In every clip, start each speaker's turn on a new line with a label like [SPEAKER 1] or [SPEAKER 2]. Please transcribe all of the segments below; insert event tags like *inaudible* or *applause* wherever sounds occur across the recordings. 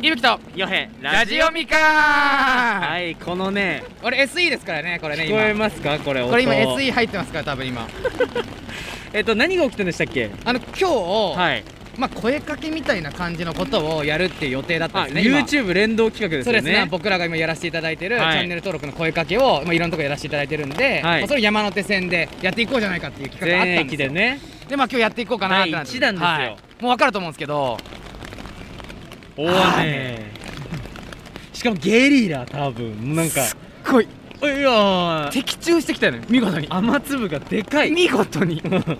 [SPEAKER 1] いぶきと
[SPEAKER 2] ヨヘ
[SPEAKER 1] ラジオミカー
[SPEAKER 2] はいこのね
[SPEAKER 1] 俺 SE ですからねこれね
[SPEAKER 2] 聞こえ
[SPEAKER 1] 今
[SPEAKER 2] ますかこれ音
[SPEAKER 1] これ今 SE 入ってますから多分今
[SPEAKER 2] えっと何が起きてんでしたっけ
[SPEAKER 1] あの今日、
[SPEAKER 2] はい
[SPEAKER 1] まあ声かけみたいな感じのことをやるっていう予定だった
[SPEAKER 2] あ
[SPEAKER 1] んですね今
[SPEAKER 2] YouTube 連動企画です
[SPEAKER 1] そう
[SPEAKER 2] よ
[SPEAKER 1] ですね
[SPEAKER 2] ね
[SPEAKER 1] 僕らが今やらせていただいてる、
[SPEAKER 2] はい
[SPEAKER 1] チャンネル登録の声かけを、まあ、いろんなとこやらせていただいてるんで、
[SPEAKER 2] はい
[SPEAKER 1] まあそれを山手線でやっていこうじゃないかっていう企画があった
[SPEAKER 2] 全
[SPEAKER 1] んで
[SPEAKER 2] 域
[SPEAKER 1] すよ
[SPEAKER 2] でね
[SPEAKER 1] でまあ今日やっていこうかなってなって
[SPEAKER 2] 第一弾ですよ
[SPEAKER 1] はいもう分かると思うんですけど
[SPEAKER 2] 大雨しかもゲリラ多分なんか
[SPEAKER 1] こい
[SPEAKER 2] いやー
[SPEAKER 1] 的中してきたよね見事に
[SPEAKER 2] 雨粒がでかい
[SPEAKER 1] 見事に
[SPEAKER 2] うん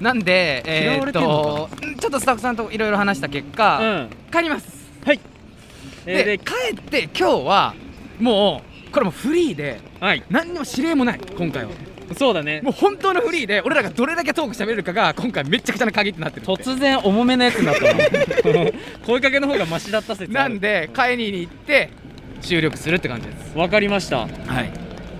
[SPEAKER 1] なんで
[SPEAKER 2] 嫌
[SPEAKER 1] え
[SPEAKER 2] わ
[SPEAKER 1] ー、っ
[SPEAKER 2] れてんの
[SPEAKER 1] とうんちょっとスタッフさんといろいろ話した結果、
[SPEAKER 2] うん
[SPEAKER 1] 帰ります
[SPEAKER 2] えー
[SPEAKER 1] で帰って今日はもうこれもうフリーで
[SPEAKER 2] はい
[SPEAKER 1] 何にも指令もない今回は
[SPEAKER 2] そうだね
[SPEAKER 1] もう本当のフリーで俺らがどれだけトーク喋れるかが今回めちゃくちゃな鍵ってなってるって
[SPEAKER 2] 突然重めのやつになったな
[SPEAKER 1] *laughs*
[SPEAKER 2] 声かけの方がマシだった説あ
[SPEAKER 1] な
[SPEAKER 2] る
[SPEAKER 1] んで買いに行って収録するって感じです
[SPEAKER 2] わかりました
[SPEAKER 1] はい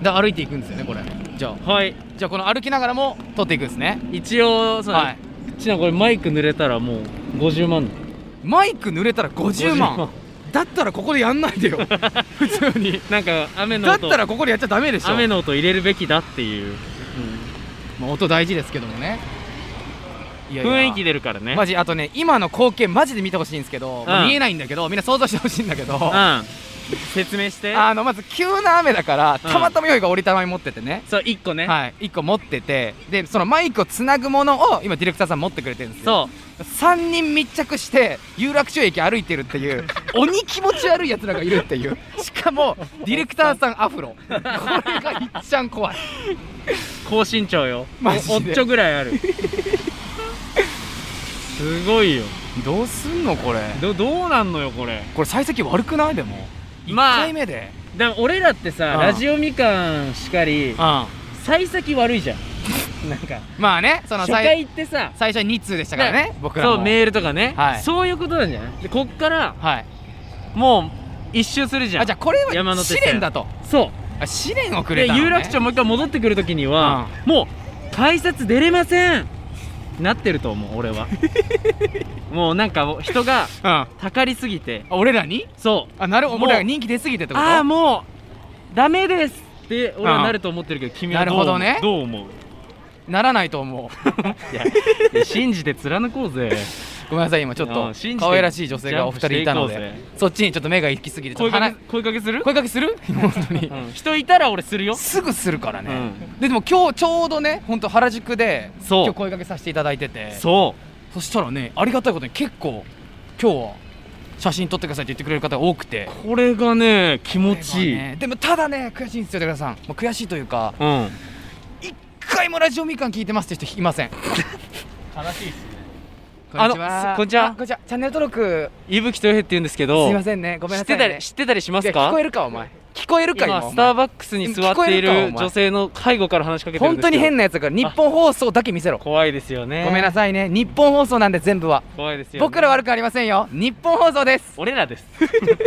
[SPEAKER 1] で歩いていくんですよねこれじゃあ
[SPEAKER 2] はい
[SPEAKER 1] じゃあこの歩きながらも撮っていくんですね
[SPEAKER 2] 一応その
[SPEAKER 1] はい
[SPEAKER 2] ちなこれマイク濡れたらもう50万
[SPEAKER 1] マイク濡れたら50万だったらここでやんないでよ普通に
[SPEAKER 2] なんか雨の
[SPEAKER 1] だっ
[SPEAKER 2] 音
[SPEAKER 1] たらここでやっちゃダメでしょ
[SPEAKER 2] 雨の音入れるべきだっていう、
[SPEAKER 1] まあ音大事ですけどもねいやいや
[SPEAKER 2] 雰囲気出るからね
[SPEAKER 1] マジあとね今の光景マジで見てほしいんですけど、まあ
[SPEAKER 2] うん
[SPEAKER 1] 見えないんだけどみんな想像してほしいんだけど、
[SPEAKER 2] うん説明し
[SPEAKER 1] *laughs*
[SPEAKER 2] て
[SPEAKER 1] あのまず急な雨だから
[SPEAKER 2] うん
[SPEAKER 1] たまたま用意が折りたまに持っててね、
[SPEAKER 2] そう1個ね、
[SPEAKER 1] はい1個持っててでそのマイクをつなぐものを今ディレクターさん持ってくれてるんですよ
[SPEAKER 2] そ
[SPEAKER 1] 3人密着して有楽町駅歩いてるっていう鬼気持ち悪いやつらがいるっていうしかもディレクターさんアフロこれがいっちゃん怖いう
[SPEAKER 2] 高身長よ
[SPEAKER 1] マジで
[SPEAKER 2] おおっちょぐらいあるすごいよ
[SPEAKER 1] どうすんのこれ
[SPEAKER 2] どどうなんのよこれ
[SPEAKER 1] これ幸先悪くないでも1
[SPEAKER 2] まあ
[SPEAKER 1] 回目で、
[SPEAKER 2] だから俺らってさ、
[SPEAKER 1] うん
[SPEAKER 2] ラジオみかんしかり幸先悪いじゃんなんか
[SPEAKER 1] まあねその
[SPEAKER 2] 初
[SPEAKER 1] 最
[SPEAKER 2] 回ってさ
[SPEAKER 1] 最初に2通でしたからね僕らも
[SPEAKER 2] そうメールとかね、
[SPEAKER 1] はい
[SPEAKER 2] そういうことなんじゃないでこっから
[SPEAKER 1] はい
[SPEAKER 2] もう一周するじゃん
[SPEAKER 1] あじゃあこれ
[SPEAKER 2] 山
[SPEAKER 1] は
[SPEAKER 2] 手線
[SPEAKER 1] 試練だと
[SPEAKER 2] そう
[SPEAKER 1] あ試練をくれ
[SPEAKER 2] で
[SPEAKER 1] たの、ね、
[SPEAKER 2] 有楽町もう一回戻ってくるときには、もう改札出れませんなってると思う
[SPEAKER 1] *laughs*
[SPEAKER 2] 俺はもうなんか人が
[SPEAKER 1] うんあ
[SPEAKER 2] たかりすぎて
[SPEAKER 1] 俺らに
[SPEAKER 2] そ
[SPEAKER 1] あなるほ
[SPEAKER 2] も
[SPEAKER 1] ど
[SPEAKER 2] う
[SPEAKER 1] 俺らが人気出すぎてって
[SPEAKER 2] う
[SPEAKER 1] こと
[SPEAKER 2] ああもうダメですって俺はなると思ってるけど君はどう思う
[SPEAKER 1] なるほどね
[SPEAKER 2] どう思う
[SPEAKER 1] ならないと
[SPEAKER 2] *laughs*
[SPEAKER 1] 思う *laughs*
[SPEAKER 2] いやいや信じて貫こうぜ
[SPEAKER 1] ごめんなさい今ちょっ
[SPEAKER 2] う
[SPEAKER 1] と
[SPEAKER 2] ん信じて
[SPEAKER 1] 可愛らしい女性がお二人いたの
[SPEAKER 2] ジャンプ
[SPEAKER 1] で
[SPEAKER 2] していこ
[SPEAKER 1] そっちにちょっと目が行きすぎて *laughs* ちょっ
[SPEAKER 2] 声
[SPEAKER 1] と話
[SPEAKER 2] かけ声かけする、
[SPEAKER 1] 声かけする
[SPEAKER 2] *laughs*
[SPEAKER 1] 本当に、
[SPEAKER 2] うん人いたら俺するよ
[SPEAKER 1] すぐするからね、
[SPEAKER 2] う
[SPEAKER 1] ででも今日ちょうどね本当原宿で
[SPEAKER 2] そう
[SPEAKER 1] 今日声かけさせていただいてて
[SPEAKER 2] そ
[SPEAKER 1] そしたらねありがたいことに結構今日は写真撮ってくださいって言ってくれる方が多くて
[SPEAKER 2] うこれがね気持ちいい、
[SPEAKER 1] ねでもただね悔しいんですよ高田さん、まあ、悔しいというか
[SPEAKER 2] うん
[SPEAKER 1] 一回もラジオみかん聞いてますって人いません
[SPEAKER 2] 悲しいっす
[SPEAKER 1] こんにちは
[SPEAKER 2] あのこんにちは
[SPEAKER 1] あこんにちはチャンネル登録
[SPEAKER 2] 伊吹とよへって言うんですけど
[SPEAKER 1] すいませんねごめんな
[SPEAKER 2] 知っ
[SPEAKER 1] さ
[SPEAKER 2] て
[SPEAKER 1] い、ね、
[SPEAKER 2] たり知ってたりします
[SPEAKER 1] いや
[SPEAKER 2] か
[SPEAKER 1] 聞こえるかお前聞こえるか今
[SPEAKER 2] 今スター
[SPEAKER 1] バ
[SPEAKER 2] バックスに座ってい
[SPEAKER 1] 聞こえる
[SPEAKER 2] る
[SPEAKER 1] かお前
[SPEAKER 2] 女性の背後から話しかけてる
[SPEAKER 1] 本
[SPEAKER 2] んです
[SPEAKER 1] 当に変
[SPEAKER 2] な
[SPEAKER 1] なやつだから日本放送だけ見せろ
[SPEAKER 2] 怖いですよね
[SPEAKER 1] ごめんなさいね日本放送なんで全部は、
[SPEAKER 2] 怖いですよね、
[SPEAKER 1] 僕ら悪くありませんよ日本放送です
[SPEAKER 2] 俺らです *laughs*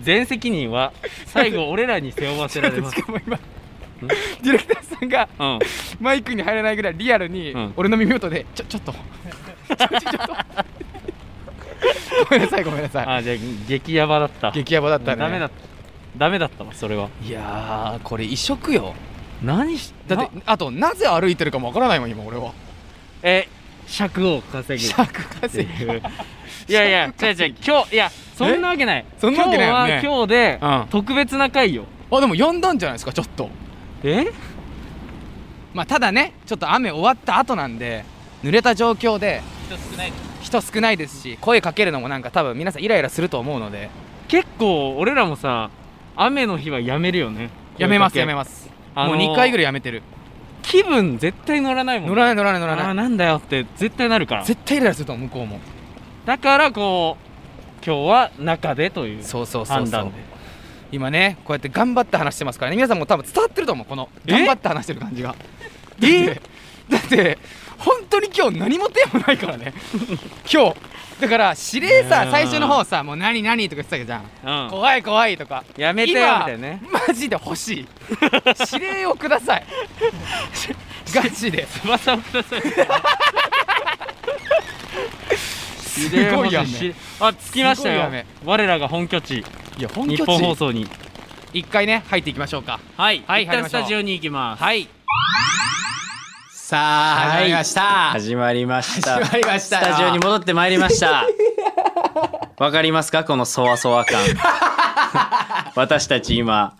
[SPEAKER 2] 全責任は最後俺らに背負わせら
[SPEAKER 1] *laughs*
[SPEAKER 2] れます
[SPEAKER 1] しかも今ディレクターさんが
[SPEAKER 2] うん
[SPEAKER 1] マイクに入らないぐらいリアルに、
[SPEAKER 2] うん
[SPEAKER 1] 俺の耳元でちょ
[SPEAKER 2] *laughs*
[SPEAKER 1] ちょっとちょちょちょっとごめんなさいごめんなさい
[SPEAKER 2] あじゃあ激ヤバだった
[SPEAKER 1] 激ヤバだったね
[SPEAKER 2] ダメだったダメだったわそれはい
[SPEAKER 1] やーこれ異色よ
[SPEAKER 2] 何し
[SPEAKER 1] だ
[SPEAKER 2] だ
[SPEAKER 1] っ
[SPEAKER 2] ってて
[SPEAKER 1] あとなぜ歩いてるかもわからないもん今俺は
[SPEAKER 2] え尺を稼ぐ
[SPEAKER 1] 尺稼ぎ
[SPEAKER 2] っていういやいや違う違う今日いやそんなわけない
[SPEAKER 1] そんなわけないよね
[SPEAKER 2] 今日は今日で、
[SPEAKER 1] うん
[SPEAKER 2] 特別な回よ
[SPEAKER 1] あでも呼んだんじゃないですかちょっと
[SPEAKER 2] え
[SPEAKER 1] まあただねちょっと雨終わった後なんで濡れた状況で
[SPEAKER 2] 人少ない
[SPEAKER 1] 人少ないですし声かけるのもなんか多分皆さんイライラすると思うので
[SPEAKER 2] 結構俺らもさ雨の日はやめるよね
[SPEAKER 1] やめますやめ
[SPEAKER 2] ます
[SPEAKER 1] ます
[SPEAKER 2] あのー
[SPEAKER 1] もう2回ぐらいやめてる
[SPEAKER 2] 気分絶対乗らないもん
[SPEAKER 1] 乗らない乗らない乗ら
[SPEAKER 2] あー
[SPEAKER 1] ない
[SPEAKER 2] なんだよって絶対なるから
[SPEAKER 1] 絶対イライラすると思う向こうも
[SPEAKER 2] だからこう今日は中でという
[SPEAKER 1] そうそうそう
[SPEAKER 2] 判
[SPEAKER 1] そう
[SPEAKER 2] 断で
[SPEAKER 3] 今ねこうやって頑張って話してますからね皆さんも多分伝わってると思うこの
[SPEAKER 4] え
[SPEAKER 3] 頑張って話してる感じが
[SPEAKER 4] え
[SPEAKER 3] だってだって本当に今日何もテーマないからね今日だから指令
[SPEAKER 4] う
[SPEAKER 3] さ
[SPEAKER 4] ん
[SPEAKER 3] 最初の方さ「もう何何?」とか言ってたじゃん「
[SPEAKER 4] うん
[SPEAKER 3] 怖い怖い」とか
[SPEAKER 4] やめてよみ
[SPEAKER 3] 今
[SPEAKER 4] たいなね
[SPEAKER 3] マジで欲しい指令をくださいガチで
[SPEAKER 4] 翼をください
[SPEAKER 3] すごいやん
[SPEAKER 4] し
[SPEAKER 3] ね
[SPEAKER 4] あ着きまし
[SPEAKER 3] す
[SPEAKER 4] た
[SPEAKER 3] ごい
[SPEAKER 4] よ
[SPEAKER 3] 雨
[SPEAKER 4] 我らが本拠地
[SPEAKER 3] いや本
[SPEAKER 4] 日
[SPEAKER 3] 拠
[SPEAKER 4] 本放
[SPEAKER 3] 地
[SPEAKER 4] 送に
[SPEAKER 3] 一回ね入っていきましょうか
[SPEAKER 4] はい、
[SPEAKER 3] はい
[SPEAKER 4] 一
[SPEAKER 3] 入り
[SPEAKER 4] 旦
[SPEAKER 3] ま
[SPEAKER 4] ス
[SPEAKER 3] しょう
[SPEAKER 4] タジオに行きます
[SPEAKER 3] はい
[SPEAKER 1] さあ
[SPEAKER 3] はい
[SPEAKER 1] 始まりました、
[SPEAKER 2] 始まりました
[SPEAKER 1] 始まりました
[SPEAKER 2] スタジオに戻ってまいりました
[SPEAKER 1] *laughs*
[SPEAKER 2] わかりますかこのそわそわ感 *laughs* 私たち今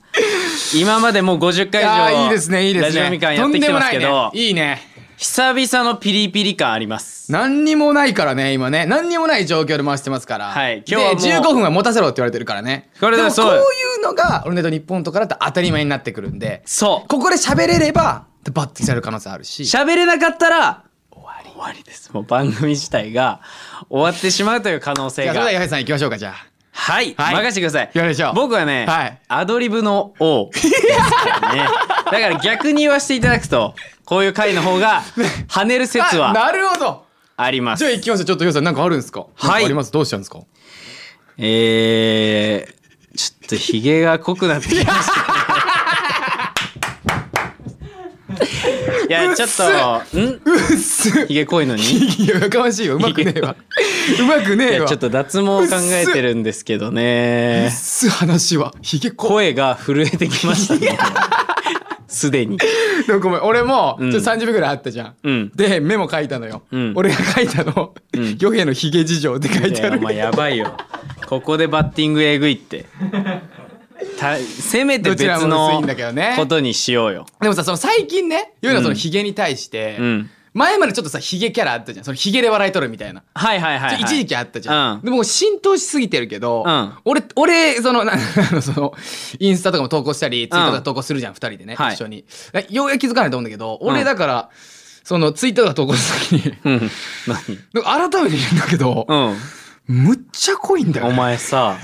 [SPEAKER 2] 今までもう50回以
[SPEAKER 1] あー
[SPEAKER 2] 上
[SPEAKER 1] いいですねいいですね
[SPEAKER 2] ラジオみかんやってきてますけ
[SPEAKER 1] とんでもな
[SPEAKER 2] ど、
[SPEAKER 1] いねいいね
[SPEAKER 2] 久々のピリピリ感あります
[SPEAKER 1] 何にもないからね今ね何にもない状況で回してますから
[SPEAKER 2] はい
[SPEAKER 1] 今
[SPEAKER 2] 今日はもう
[SPEAKER 1] 日は15分は持たせろって言われてるからね
[SPEAKER 2] これだ
[SPEAKER 1] でも
[SPEAKER 2] そう
[SPEAKER 1] こういうのが「オルネと日本とから」って当たり前になってくるんで
[SPEAKER 2] そう
[SPEAKER 1] ここで喋れればバッてされる可能性あるし
[SPEAKER 2] 喋れなかったら終わり終わりですもう番組自体が終わってしまうという可能性
[SPEAKER 1] じゃあそれでは
[SPEAKER 2] が
[SPEAKER 1] 矢部さん行きましょうかじゃあ
[SPEAKER 2] はい、
[SPEAKER 1] はい
[SPEAKER 2] 任せてください
[SPEAKER 1] よいしょ
[SPEAKER 2] 僕はね、
[SPEAKER 1] はい
[SPEAKER 2] アドリブの
[SPEAKER 1] *laughs*
[SPEAKER 2] 王ですからねだから逆に言わせていただくとこういう回の方が跳ねる説
[SPEAKER 1] あ
[SPEAKER 2] は
[SPEAKER 1] *laughs* なるほど
[SPEAKER 2] あります
[SPEAKER 1] じゃあ行きましょうちょっとヨウさんなんかあるんですか
[SPEAKER 2] はい
[SPEAKER 1] なんかありますどうしたんですか
[SPEAKER 2] えー、ちょっとひげが濃くなってきま
[SPEAKER 1] *laughs*
[SPEAKER 2] したねいやちょっとん
[SPEAKER 1] うっす
[SPEAKER 2] ひげ濃いのにい
[SPEAKER 1] いややかましいようまくねえわうまくねえ
[SPEAKER 2] や
[SPEAKER 1] わ
[SPEAKER 2] ちょっと脱毛を考えてるんですけどね
[SPEAKER 1] す話はひげこ
[SPEAKER 2] 声が震えてきましたねすでに
[SPEAKER 1] なんかお前俺もちょ
[SPEAKER 2] うん
[SPEAKER 1] っと30秒ぐらいあったじゃん、
[SPEAKER 2] うん
[SPEAKER 1] でメモ書いたのよ、
[SPEAKER 2] うん
[SPEAKER 1] 俺が書いたの
[SPEAKER 2] ん
[SPEAKER 1] 「ヨヘのひげ事情」って書い
[SPEAKER 2] い
[SPEAKER 1] てあ
[SPEAKER 2] やお
[SPEAKER 1] る
[SPEAKER 2] 前やばいよここでバッティングえぐいってたせめて
[SPEAKER 1] どちら
[SPEAKER 2] 別
[SPEAKER 1] も薄い
[SPEAKER 2] の
[SPEAKER 1] んだけどね
[SPEAKER 2] ことにしようよ、
[SPEAKER 1] でもさその最近ねヨヘのそのひげに対して、
[SPEAKER 2] うん、
[SPEAKER 1] 前までちょっとさひげキャラあったじゃんそのひげで笑いとるみたいな、
[SPEAKER 2] はいはいはい、はい、
[SPEAKER 1] 一時期あったじゃん、
[SPEAKER 2] うん
[SPEAKER 1] でももう浸透しすぎてるけど、
[SPEAKER 2] うん
[SPEAKER 1] 俺俺そのな *laughs* あのそのインスタとかも投稿したりツイッターとか投稿するじゃん、二人でね、
[SPEAKER 2] はい
[SPEAKER 1] 一緒にようやく気づかないと思うんだけど
[SPEAKER 2] ん
[SPEAKER 1] 俺だから、そのツイッターとか投稿した時に
[SPEAKER 2] うん
[SPEAKER 1] なんか改めて言うんだけど、
[SPEAKER 2] 何うん
[SPEAKER 1] むっちゃ濃いんだよ、
[SPEAKER 2] お
[SPEAKER 1] ね、
[SPEAKER 2] 前さ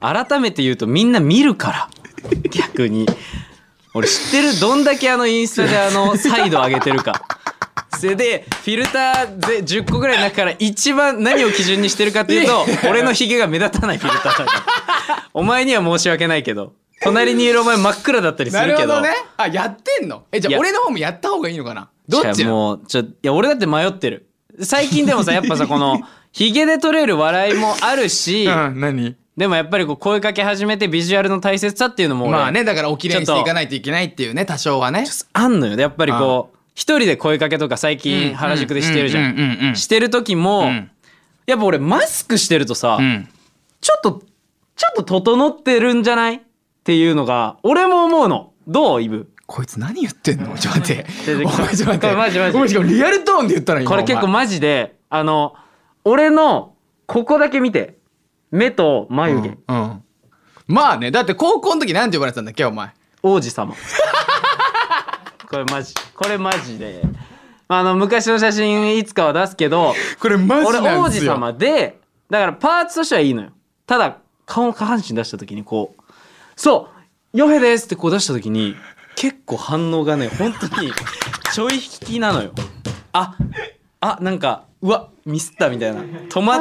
[SPEAKER 2] 改めて言うとみんな見るから逆に俺知ってるどんだけあのインスタであのサイド上げてるかそれでフィルターで10個ぐらいの中から一番何を基準にしてるかっていうと俺のヒゲが目立たないフィルターだからお前には申し訳ないけど隣にいるお前真っ暗だったりす
[SPEAKER 1] な
[SPEAKER 2] る
[SPEAKER 1] る
[SPEAKER 2] け
[SPEAKER 1] ほ
[SPEAKER 2] ど
[SPEAKER 1] どねあやってんのえじ
[SPEAKER 2] い
[SPEAKER 1] ゃあ
[SPEAKER 2] や
[SPEAKER 1] 俺の方もやった方がいいのかなどっちな
[SPEAKER 2] じゃあ
[SPEAKER 1] の
[SPEAKER 2] もうちょいや俺だって迷ってる最近でもさやっぱさこのヒゲで取れる笑いもあるし、
[SPEAKER 1] ん何
[SPEAKER 2] でもやっぱりこう声かけ始めてビジュアルの大切さっていうのも俺
[SPEAKER 1] まあねだからおきれいにしていかないといけないっていうね多少はね
[SPEAKER 2] あんのよやっぱりこう一人で声かけとか最近原宿でしてるじゃ
[SPEAKER 1] うんうんうんうんうん
[SPEAKER 2] んしてる時も、
[SPEAKER 1] ん
[SPEAKER 2] やっぱ俺マスクしてるとさ、
[SPEAKER 1] うん
[SPEAKER 2] ちょっとちょっと整ってるんじゃないっていうのが俺も思うのどうイブ
[SPEAKER 1] こいつ何言ってんのちょっと待って
[SPEAKER 2] 出て
[SPEAKER 1] お
[SPEAKER 2] きた
[SPEAKER 1] 前ちょっと待っ
[SPEAKER 2] こ
[SPEAKER 1] て
[SPEAKER 2] れマジマジ
[SPEAKER 1] お前しかもリアルトーンで言ったの今
[SPEAKER 2] これ結構
[SPEAKER 1] お前
[SPEAKER 2] マジであの俺のここだけ見て目と眉毛、
[SPEAKER 1] うん、うんまあねだって高校の時なんて呼ばれてたんだっけお前
[SPEAKER 2] 王子様 *laughs* これマジこれマジであの昔の写真いつかは出すけど
[SPEAKER 1] これマジ
[SPEAKER 2] 俺
[SPEAKER 1] なん
[SPEAKER 2] 王
[SPEAKER 1] で
[SPEAKER 2] 子
[SPEAKER 1] すよ
[SPEAKER 2] 様でだからパーツとしてはいいのよただ顔下半身出した時にこう「そうヨヘです」ってこう出した時に結構反応がね本当にちょい引きなのよああなんかうわミスったみたいな止ま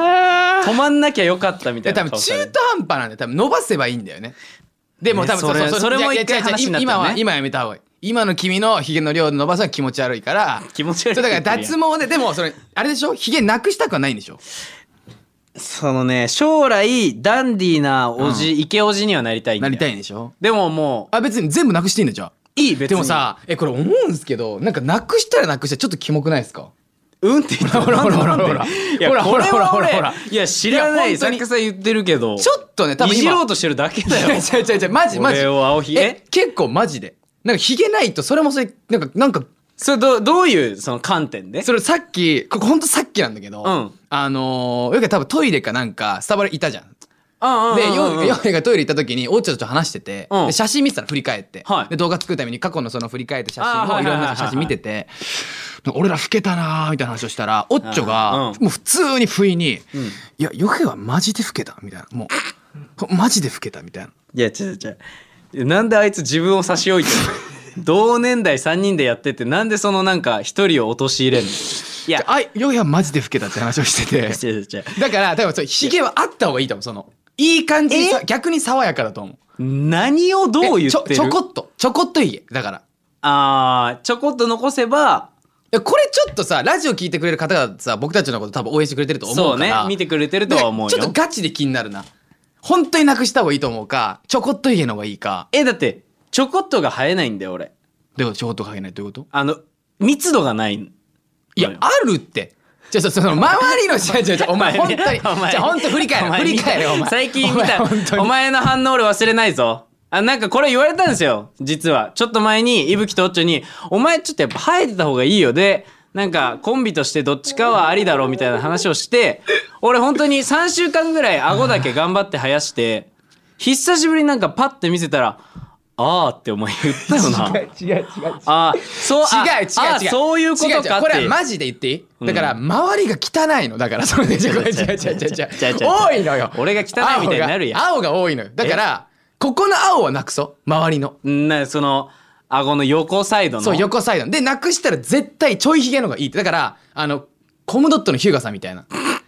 [SPEAKER 2] 止まんなきゃよかったみた
[SPEAKER 1] で
[SPEAKER 2] いな
[SPEAKER 1] 多分
[SPEAKER 2] 顔
[SPEAKER 1] 中
[SPEAKER 2] される
[SPEAKER 1] 途半端なんで多分伸ばせばいいんだよねでも
[SPEAKER 2] ね
[SPEAKER 1] 多分、
[SPEAKER 2] それ
[SPEAKER 1] ううう
[SPEAKER 2] それも
[SPEAKER 1] いや
[SPEAKER 2] 一回
[SPEAKER 1] いや違う違う
[SPEAKER 2] 話になった
[SPEAKER 1] 今
[SPEAKER 2] よね
[SPEAKER 1] は今やめた方がいい今の君のヒゲの量の伸ばすのは気持ち悪いから
[SPEAKER 2] *laughs* 気持ち悪い
[SPEAKER 1] そうだから脱毛ででもそれあれでしょヒゲなくしたくはないんでしょ
[SPEAKER 2] そのね将来ダンディーなおじ、イケおじにはなりたいん
[SPEAKER 1] な
[SPEAKER 2] だよ
[SPEAKER 1] りたいんでしょ
[SPEAKER 2] でもも
[SPEAKER 1] あ別に全部なくしていいんだじゃあ
[SPEAKER 2] ういい別に
[SPEAKER 1] でもさえこれ思うんですけどなんかなくしたらなくしたらちょっとキモくないですか
[SPEAKER 2] うんって言った
[SPEAKER 1] ほらほらほら
[SPEAKER 2] なんで
[SPEAKER 1] ほら
[SPEAKER 2] なんでいや
[SPEAKER 1] ほらほら
[SPEAKER 2] これは
[SPEAKER 1] ほら
[SPEAKER 2] 俺
[SPEAKER 1] ほら
[SPEAKER 2] いや知らないい
[SPEAKER 1] や本当に
[SPEAKER 2] 作家さん言ってるけど
[SPEAKER 1] ちょっとね多分
[SPEAKER 2] い
[SPEAKER 1] 今
[SPEAKER 2] じろうとしてるだけだ
[SPEAKER 1] いや
[SPEAKER 2] よ
[SPEAKER 1] 違う違う違うマジマジ
[SPEAKER 2] 俺を青ひげ
[SPEAKER 1] え結構マジでなんかヒゲないとそれもそれなんかなんか
[SPEAKER 2] それどどういうその観点で
[SPEAKER 1] それさっきここほんとさっきなんだけど、
[SPEAKER 2] うん
[SPEAKER 1] あのー、よく多分トイレかなんかスタバでいたじゃん
[SPEAKER 2] うんうん
[SPEAKER 1] で、
[SPEAKER 2] うんうん
[SPEAKER 1] ヨヨネがトイレ行った時に、おうちょと話してて、
[SPEAKER 2] うん
[SPEAKER 1] で写真見てたの、振り返って、
[SPEAKER 2] はい
[SPEAKER 1] で、動画作るために過去のその振り返った写
[SPEAKER 2] あー
[SPEAKER 1] 真
[SPEAKER 2] は
[SPEAKER 1] を、
[SPEAKER 2] い
[SPEAKER 1] い
[SPEAKER 2] はいは
[SPEAKER 1] ろ
[SPEAKER 2] い
[SPEAKER 1] ん
[SPEAKER 2] はい
[SPEAKER 1] な写真見てて、なんか俺ら老けたなーみたいな話をしたら、おっちょ
[SPEAKER 2] あー
[SPEAKER 1] が
[SPEAKER 2] う、ん
[SPEAKER 1] もう普通に不意に、
[SPEAKER 2] ん
[SPEAKER 1] いや、ヨヘはマジで老けたみたいな。もう、
[SPEAKER 5] ほマジで老けたみたいない
[SPEAKER 2] や違う違うなんであいつ自分を差し置いてるの *laughs* 同年代3人でやっててなんでそのなんか一人を陥れんのいや
[SPEAKER 5] あヨヘはマジで老けたって話をしてて
[SPEAKER 2] 違う違う違う
[SPEAKER 1] だから、多分そう、ヒゲはあった方がいいと思う。その、いい感じにさ、逆に爽やかだと思う。
[SPEAKER 2] 何をどう言ってる
[SPEAKER 1] えちょ、ちょこっと、ちょこっとヒゲ。だから。い
[SPEAKER 2] あーちょこっと残せば
[SPEAKER 1] やこれちょっとさ、ラジオ聞いてくれる方がさ、僕たちのこと多分応援してくれてると思
[SPEAKER 2] そうう
[SPEAKER 1] か
[SPEAKER 2] ね
[SPEAKER 1] ら。
[SPEAKER 2] 見てくれてるとは思う
[SPEAKER 1] だから
[SPEAKER 2] よ
[SPEAKER 1] ちょっとガチで気になるな。本当になくした方がいいと思うか、ちょこっとヒゲの方がいいか。
[SPEAKER 2] えだってちょこっとが生えないんだよ俺
[SPEAKER 1] でもちょこっとかけないということ
[SPEAKER 2] あの密度がない
[SPEAKER 1] いや、あるって。じゃそその、周りの、じゃじゃお前、本当に、じ
[SPEAKER 2] お前
[SPEAKER 1] ゃ本当振り返
[SPEAKER 2] お
[SPEAKER 1] る、
[SPEAKER 2] 前
[SPEAKER 1] 振り返る、お前。
[SPEAKER 2] 最近見た
[SPEAKER 1] お前本当に
[SPEAKER 2] お前の反応俺忘れないぞあなんかこれ言われたんですよ実はちょっと前に伊吹とオッチョに「お前ちょっとやっぱ生えてた方がいいよ」でなんかコンビとしてどっちかはありだろうみたいな話をして俺本当に3週間ぐらい顎だけ頑張って生やして久しぶりになんかパッて見せたら「あー」ってお前言ったよな
[SPEAKER 3] 違う
[SPEAKER 1] *laughs*
[SPEAKER 3] 違う
[SPEAKER 2] あーそうあ
[SPEAKER 1] 違う違
[SPEAKER 2] あ
[SPEAKER 1] う違う。
[SPEAKER 2] そういうことかって
[SPEAKER 1] 違う違うこれはマジで言っていいだから、周りが汚いの。だから、 *laughs* それで、違う違う違う違
[SPEAKER 2] 違う違う違
[SPEAKER 1] う
[SPEAKER 2] う。
[SPEAKER 1] 多いのよ。
[SPEAKER 2] 俺が汚いみたいになるやん
[SPEAKER 1] 青が青が多いのよ。だから、ここの青はなくそう。周りの。
[SPEAKER 2] なその顎の横サイドの
[SPEAKER 1] そう、横サイドの。で、なくしたら絶対ちょいひげの方がいいって。だから、あの、コムドットのヒューガさんみたい
[SPEAKER 2] *laughs*
[SPEAKER 1] な。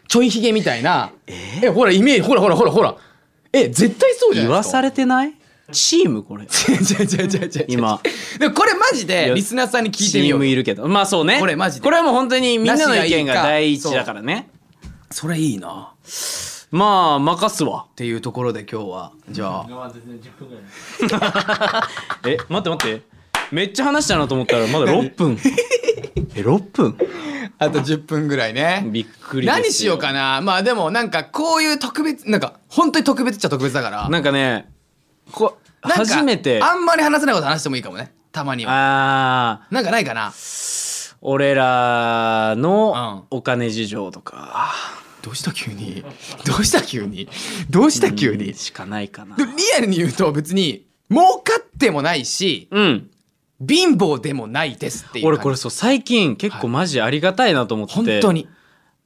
[SPEAKER 1] ちょいひげみたいな。えほら、イメージ、ほらほらほらほら。え、絶対そうじゃない
[SPEAKER 2] 言
[SPEAKER 1] で
[SPEAKER 2] わ
[SPEAKER 1] す
[SPEAKER 2] さ
[SPEAKER 1] か。
[SPEAKER 2] れてないチーム
[SPEAKER 1] *laughs*
[SPEAKER 2] これ
[SPEAKER 1] 違う違う違う違う違う。
[SPEAKER 2] 今
[SPEAKER 1] でもこれマジ
[SPEAKER 2] いや
[SPEAKER 1] で、リスナーさんに聞い
[SPEAKER 2] チ
[SPEAKER 1] てみ
[SPEAKER 2] ー
[SPEAKER 1] よう
[SPEAKER 2] ム
[SPEAKER 1] よ。
[SPEAKER 2] いるけどまあそうね
[SPEAKER 1] これマジで
[SPEAKER 2] これはもう本当にみんなの意見が
[SPEAKER 1] なしがいいか
[SPEAKER 2] 第一だからね
[SPEAKER 1] それいいな。
[SPEAKER 2] まあ任すわ
[SPEAKER 1] っていうところで今日は、じゃあ。
[SPEAKER 2] え待って待ってめっちゃ話したなと思ったらまだ6分え6分
[SPEAKER 1] あと10分ぐらいね。
[SPEAKER 2] びっくりですよ
[SPEAKER 1] 何しようかな。まあでもなんかこういう特別、なんか本当に特別っちゃ特別だから。
[SPEAKER 2] なんかねこ
[SPEAKER 1] なんか
[SPEAKER 2] 初めて
[SPEAKER 1] あ
[SPEAKER 2] あ
[SPEAKER 1] んまり話せないこと話してもいいかもね。たまには。
[SPEAKER 2] あ
[SPEAKER 1] なんかないかな。
[SPEAKER 2] ー俺らの
[SPEAKER 1] う
[SPEAKER 2] お金事情とか
[SPEAKER 1] どうした急に。どうした急に。どうした急
[SPEAKER 2] う
[SPEAKER 1] に
[SPEAKER 2] ん。しかないかな
[SPEAKER 1] でリアルに言うと別に、儲かってもないし、
[SPEAKER 2] うん
[SPEAKER 1] 貧乏でもないですっていう感
[SPEAKER 2] 俺
[SPEAKER 1] じ。
[SPEAKER 2] これそう最近結構マジありがたいなと思って、
[SPEAKER 1] 本当に。